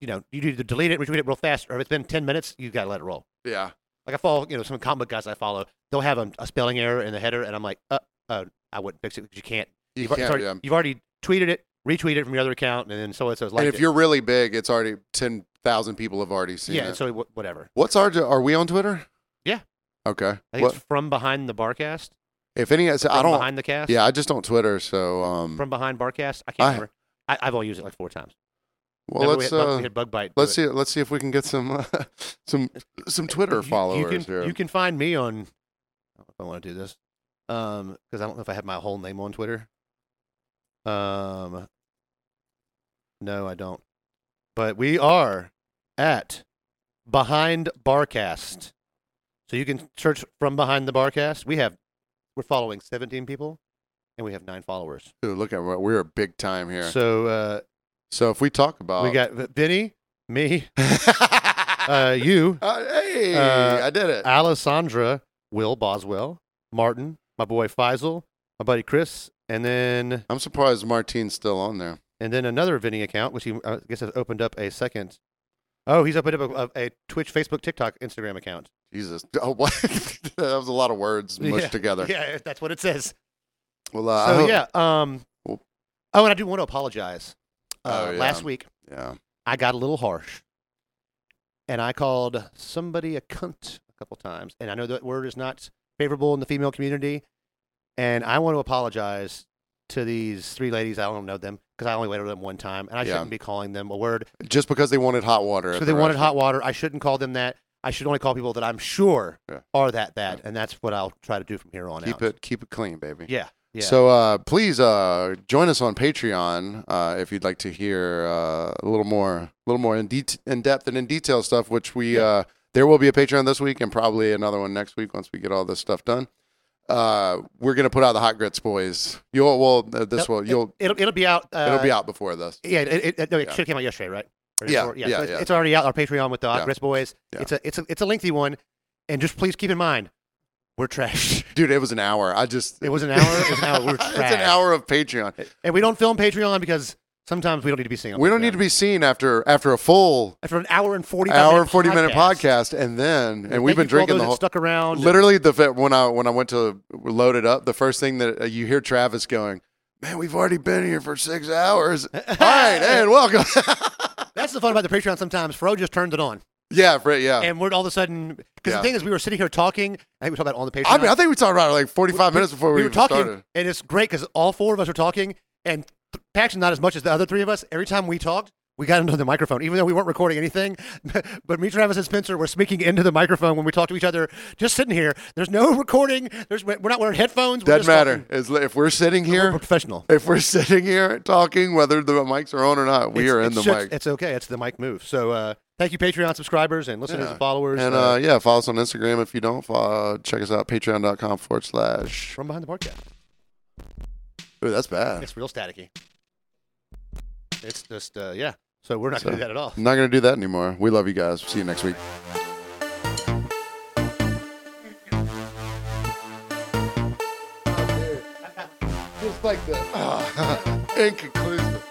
Speaker 1: you know, you either delete it, retweet it real fast, or if it's been ten minutes, you gotta let it roll.
Speaker 2: yeah.
Speaker 1: Like I follow, you know, some comic book guys I follow, they'll have a, a spelling error in the header, and I'm like, uh, uh, I wouldn't fix it because you can't.
Speaker 2: You
Speaker 1: You've, al- it's
Speaker 2: can't.
Speaker 1: already,
Speaker 2: Yeah.
Speaker 1: you've already tweeted it, retweeted it from your other account, and then so and so's like,
Speaker 2: and if you're really big, it's already ten thousand people have already seen
Speaker 1: yeah, and
Speaker 2: it.
Speaker 1: so wh- whatever.
Speaker 2: What's our? Are we on Twitter?
Speaker 1: Yeah.
Speaker 2: Okay.
Speaker 1: I think
Speaker 2: What?
Speaker 1: it's from behind the barcast.
Speaker 2: If any, I
Speaker 1: From
Speaker 2: don't.
Speaker 1: behind the cast.
Speaker 2: Yeah, I just don't Twitter. So, um,
Speaker 1: From behind barcast. I can't
Speaker 2: I-
Speaker 1: remember. I, I've only used it like four times.
Speaker 2: well,
Speaker 1: Remember
Speaker 2: let's
Speaker 1: we had, bug-
Speaker 2: uh,
Speaker 1: we had bug bite. do
Speaker 2: let's
Speaker 1: it.
Speaker 2: see. Let's see if we can get some uh, some some Twitter
Speaker 1: You-
Speaker 2: followers
Speaker 1: You can,
Speaker 2: here.
Speaker 1: you can find me on. I don't know if I want to do this, um, because I don't know if I have my whole name on Twitter. Um, no, I don't. But we are at behind barcast, so you can search from behind the barcast. We have we're following 17 people, and we have nine followers.
Speaker 2: Ooh, look at what we're big time here. So,
Speaker 1: So uh,
Speaker 2: if we talk about
Speaker 1: we got Vinny, me, uh, you,
Speaker 2: Uh, hey,
Speaker 1: Uh,
Speaker 2: I did it.
Speaker 1: Alessandra, Will Boswell, Martin, my boy Faisal, my buddy Chris, and then
Speaker 2: I'm surprised Martine's still on there.
Speaker 1: and then another Vinny account, which he uh, I guess has opened up a second. Oh, he's opened up a, a Twitch, Facebook, TikTok, Instagram account.
Speaker 2: Jesus, oh, what? that was a lot of words mushed
Speaker 1: Yeah.
Speaker 2: together.
Speaker 1: Yeah, that's what it says.
Speaker 2: Well, uh, I
Speaker 1: so
Speaker 2: hope-
Speaker 1: yeah. Um.
Speaker 2: Oop.
Speaker 1: Oh, and I do want to apologize. Uh,
Speaker 2: Oh, yeah.
Speaker 1: Last week
Speaker 2: yeah.
Speaker 1: I got a little harsh, and I called somebody a cunt a couple times, and I know that word is not favorable in the female community, and I want to apologize to these three ladies. I don't know them because I only waited them one time, and I
Speaker 2: Yeah.
Speaker 1: shouldn't be calling them a word.
Speaker 2: Just because they wanted hot water.
Speaker 1: So
Speaker 2: at
Speaker 1: they
Speaker 2: the
Speaker 1: wanted hot
Speaker 2: restaurant.
Speaker 1: water. I shouldn't call them that. I should only call people that I'm sure
Speaker 2: Yeah.
Speaker 1: are that that,
Speaker 2: Yeah.
Speaker 1: and that's what I'll try to do from here on out.
Speaker 2: Keep it, keep it clean, baby.
Speaker 1: Yeah. Yeah.
Speaker 2: So uh, please uh, join us on Patreon uh, if you'd like to hear uh, a little more, a little more in, det- in depth and in detail stuff. Which we uh, there will be a Patreon this week and probably another one next week once we get all this stuff done. Uh, we're gonna put out the hot grits, boys. You'll well uh, this will you'll
Speaker 1: it'll it'll be out. Uh,
Speaker 2: it'll be out before this.
Speaker 1: Yeah, it, it, it, no, it
Speaker 2: Yeah.
Speaker 1: should have came out yesterday, right? Or-
Speaker 2: Yeah,
Speaker 1: or-
Speaker 2: yeah,
Speaker 1: so it's,
Speaker 2: yeah.
Speaker 1: it's already out. Our Patreon with the
Speaker 2: Yeah.
Speaker 1: Hot Grits Boys.
Speaker 2: Yeah.
Speaker 1: It's a it's a it's a lengthy one, and just please keep in mind, we're trash.
Speaker 2: Dude, it was an hour. I just
Speaker 1: It was an hour. It was an hour. We're
Speaker 2: it's
Speaker 1: trash.
Speaker 2: an hour of Patreon.
Speaker 1: and we don't film Patreon because sometimes we don't need to be seen. on
Speaker 2: We don't
Speaker 1: Patreon.
Speaker 2: need to be seen after after a full
Speaker 1: After an hour and forty
Speaker 2: hour and forty minute podcast, and then and we've been drinking the whole.
Speaker 1: stuck around.
Speaker 2: Literally, the fa- when I when I went to load it up, the first thing that uh, you hear Travis going, "Man, we've already been here for six hours." All right, and welcome.
Speaker 1: That's the fun about the Patreon. Sometimes Fro just turns it on,
Speaker 2: yeah, Fred. Yeah,
Speaker 1: and we're all of a sudden. Because
Speaker 2: Yeah.
Speaker 1: the thing is, we were sitting here talking. I think we talked about it on the Patreon.
Speaker 2: I mean, I think we talked about it like forty five minutes before we,
Speaker 1: uh, we were
Speaker 2: even
Speaker 1: talking,
Speaker 2: started.
Speaker 1: and it's great because all four of us are talking, and th- Paxton not as much as the other three of us. Every time we talked, we got into the microphone, even though we weren't recording anything. but me, Travis, and Spencer were speaking into the microphone when we talked to each other, just sitting here. There's no recording. There's we're not wearing headphones. we're
Speaker 2: Doesn't
Speaker 1: just
Speaker 2: matter.
Speaker 1: talking.
Speaker 2: It's li- if we're sitting
Speaker 1: We're
Speaker 2: here,
Speaker 1: professional.
Speaker 2: if we're sitting here talking, whether the mics are on or not, we
Speaker 1: It's-
Speaker 2: are in
Speaker 1: it's
Speaker 2: the
Speaker 1: just-
Speaker 2: mic.
Speaker 1: It's okay. It's the mic move. So uh, thank you, Patreon subscribers and listeners
Speaker 2: Yeah.
Speaker 1: and followers.
Speaker 2: And
Speaker 1: uh,
Speaker 2: uh, yeah, follow us on Instagram if you don't. Follow, check us out, patreon.com forward slash.
Speaker 1: from behind the podcast,
Speaker 2: Ooh, that's bad.
Speaker 1: it's real staticky. It's just uh, yeah. So we're not
Speaker 2: So-
Speaker 1: gonna do that at all.
Speaker 2: I'm not going to do that anymore. We love you guys. See you next week. Just like the inconclusive.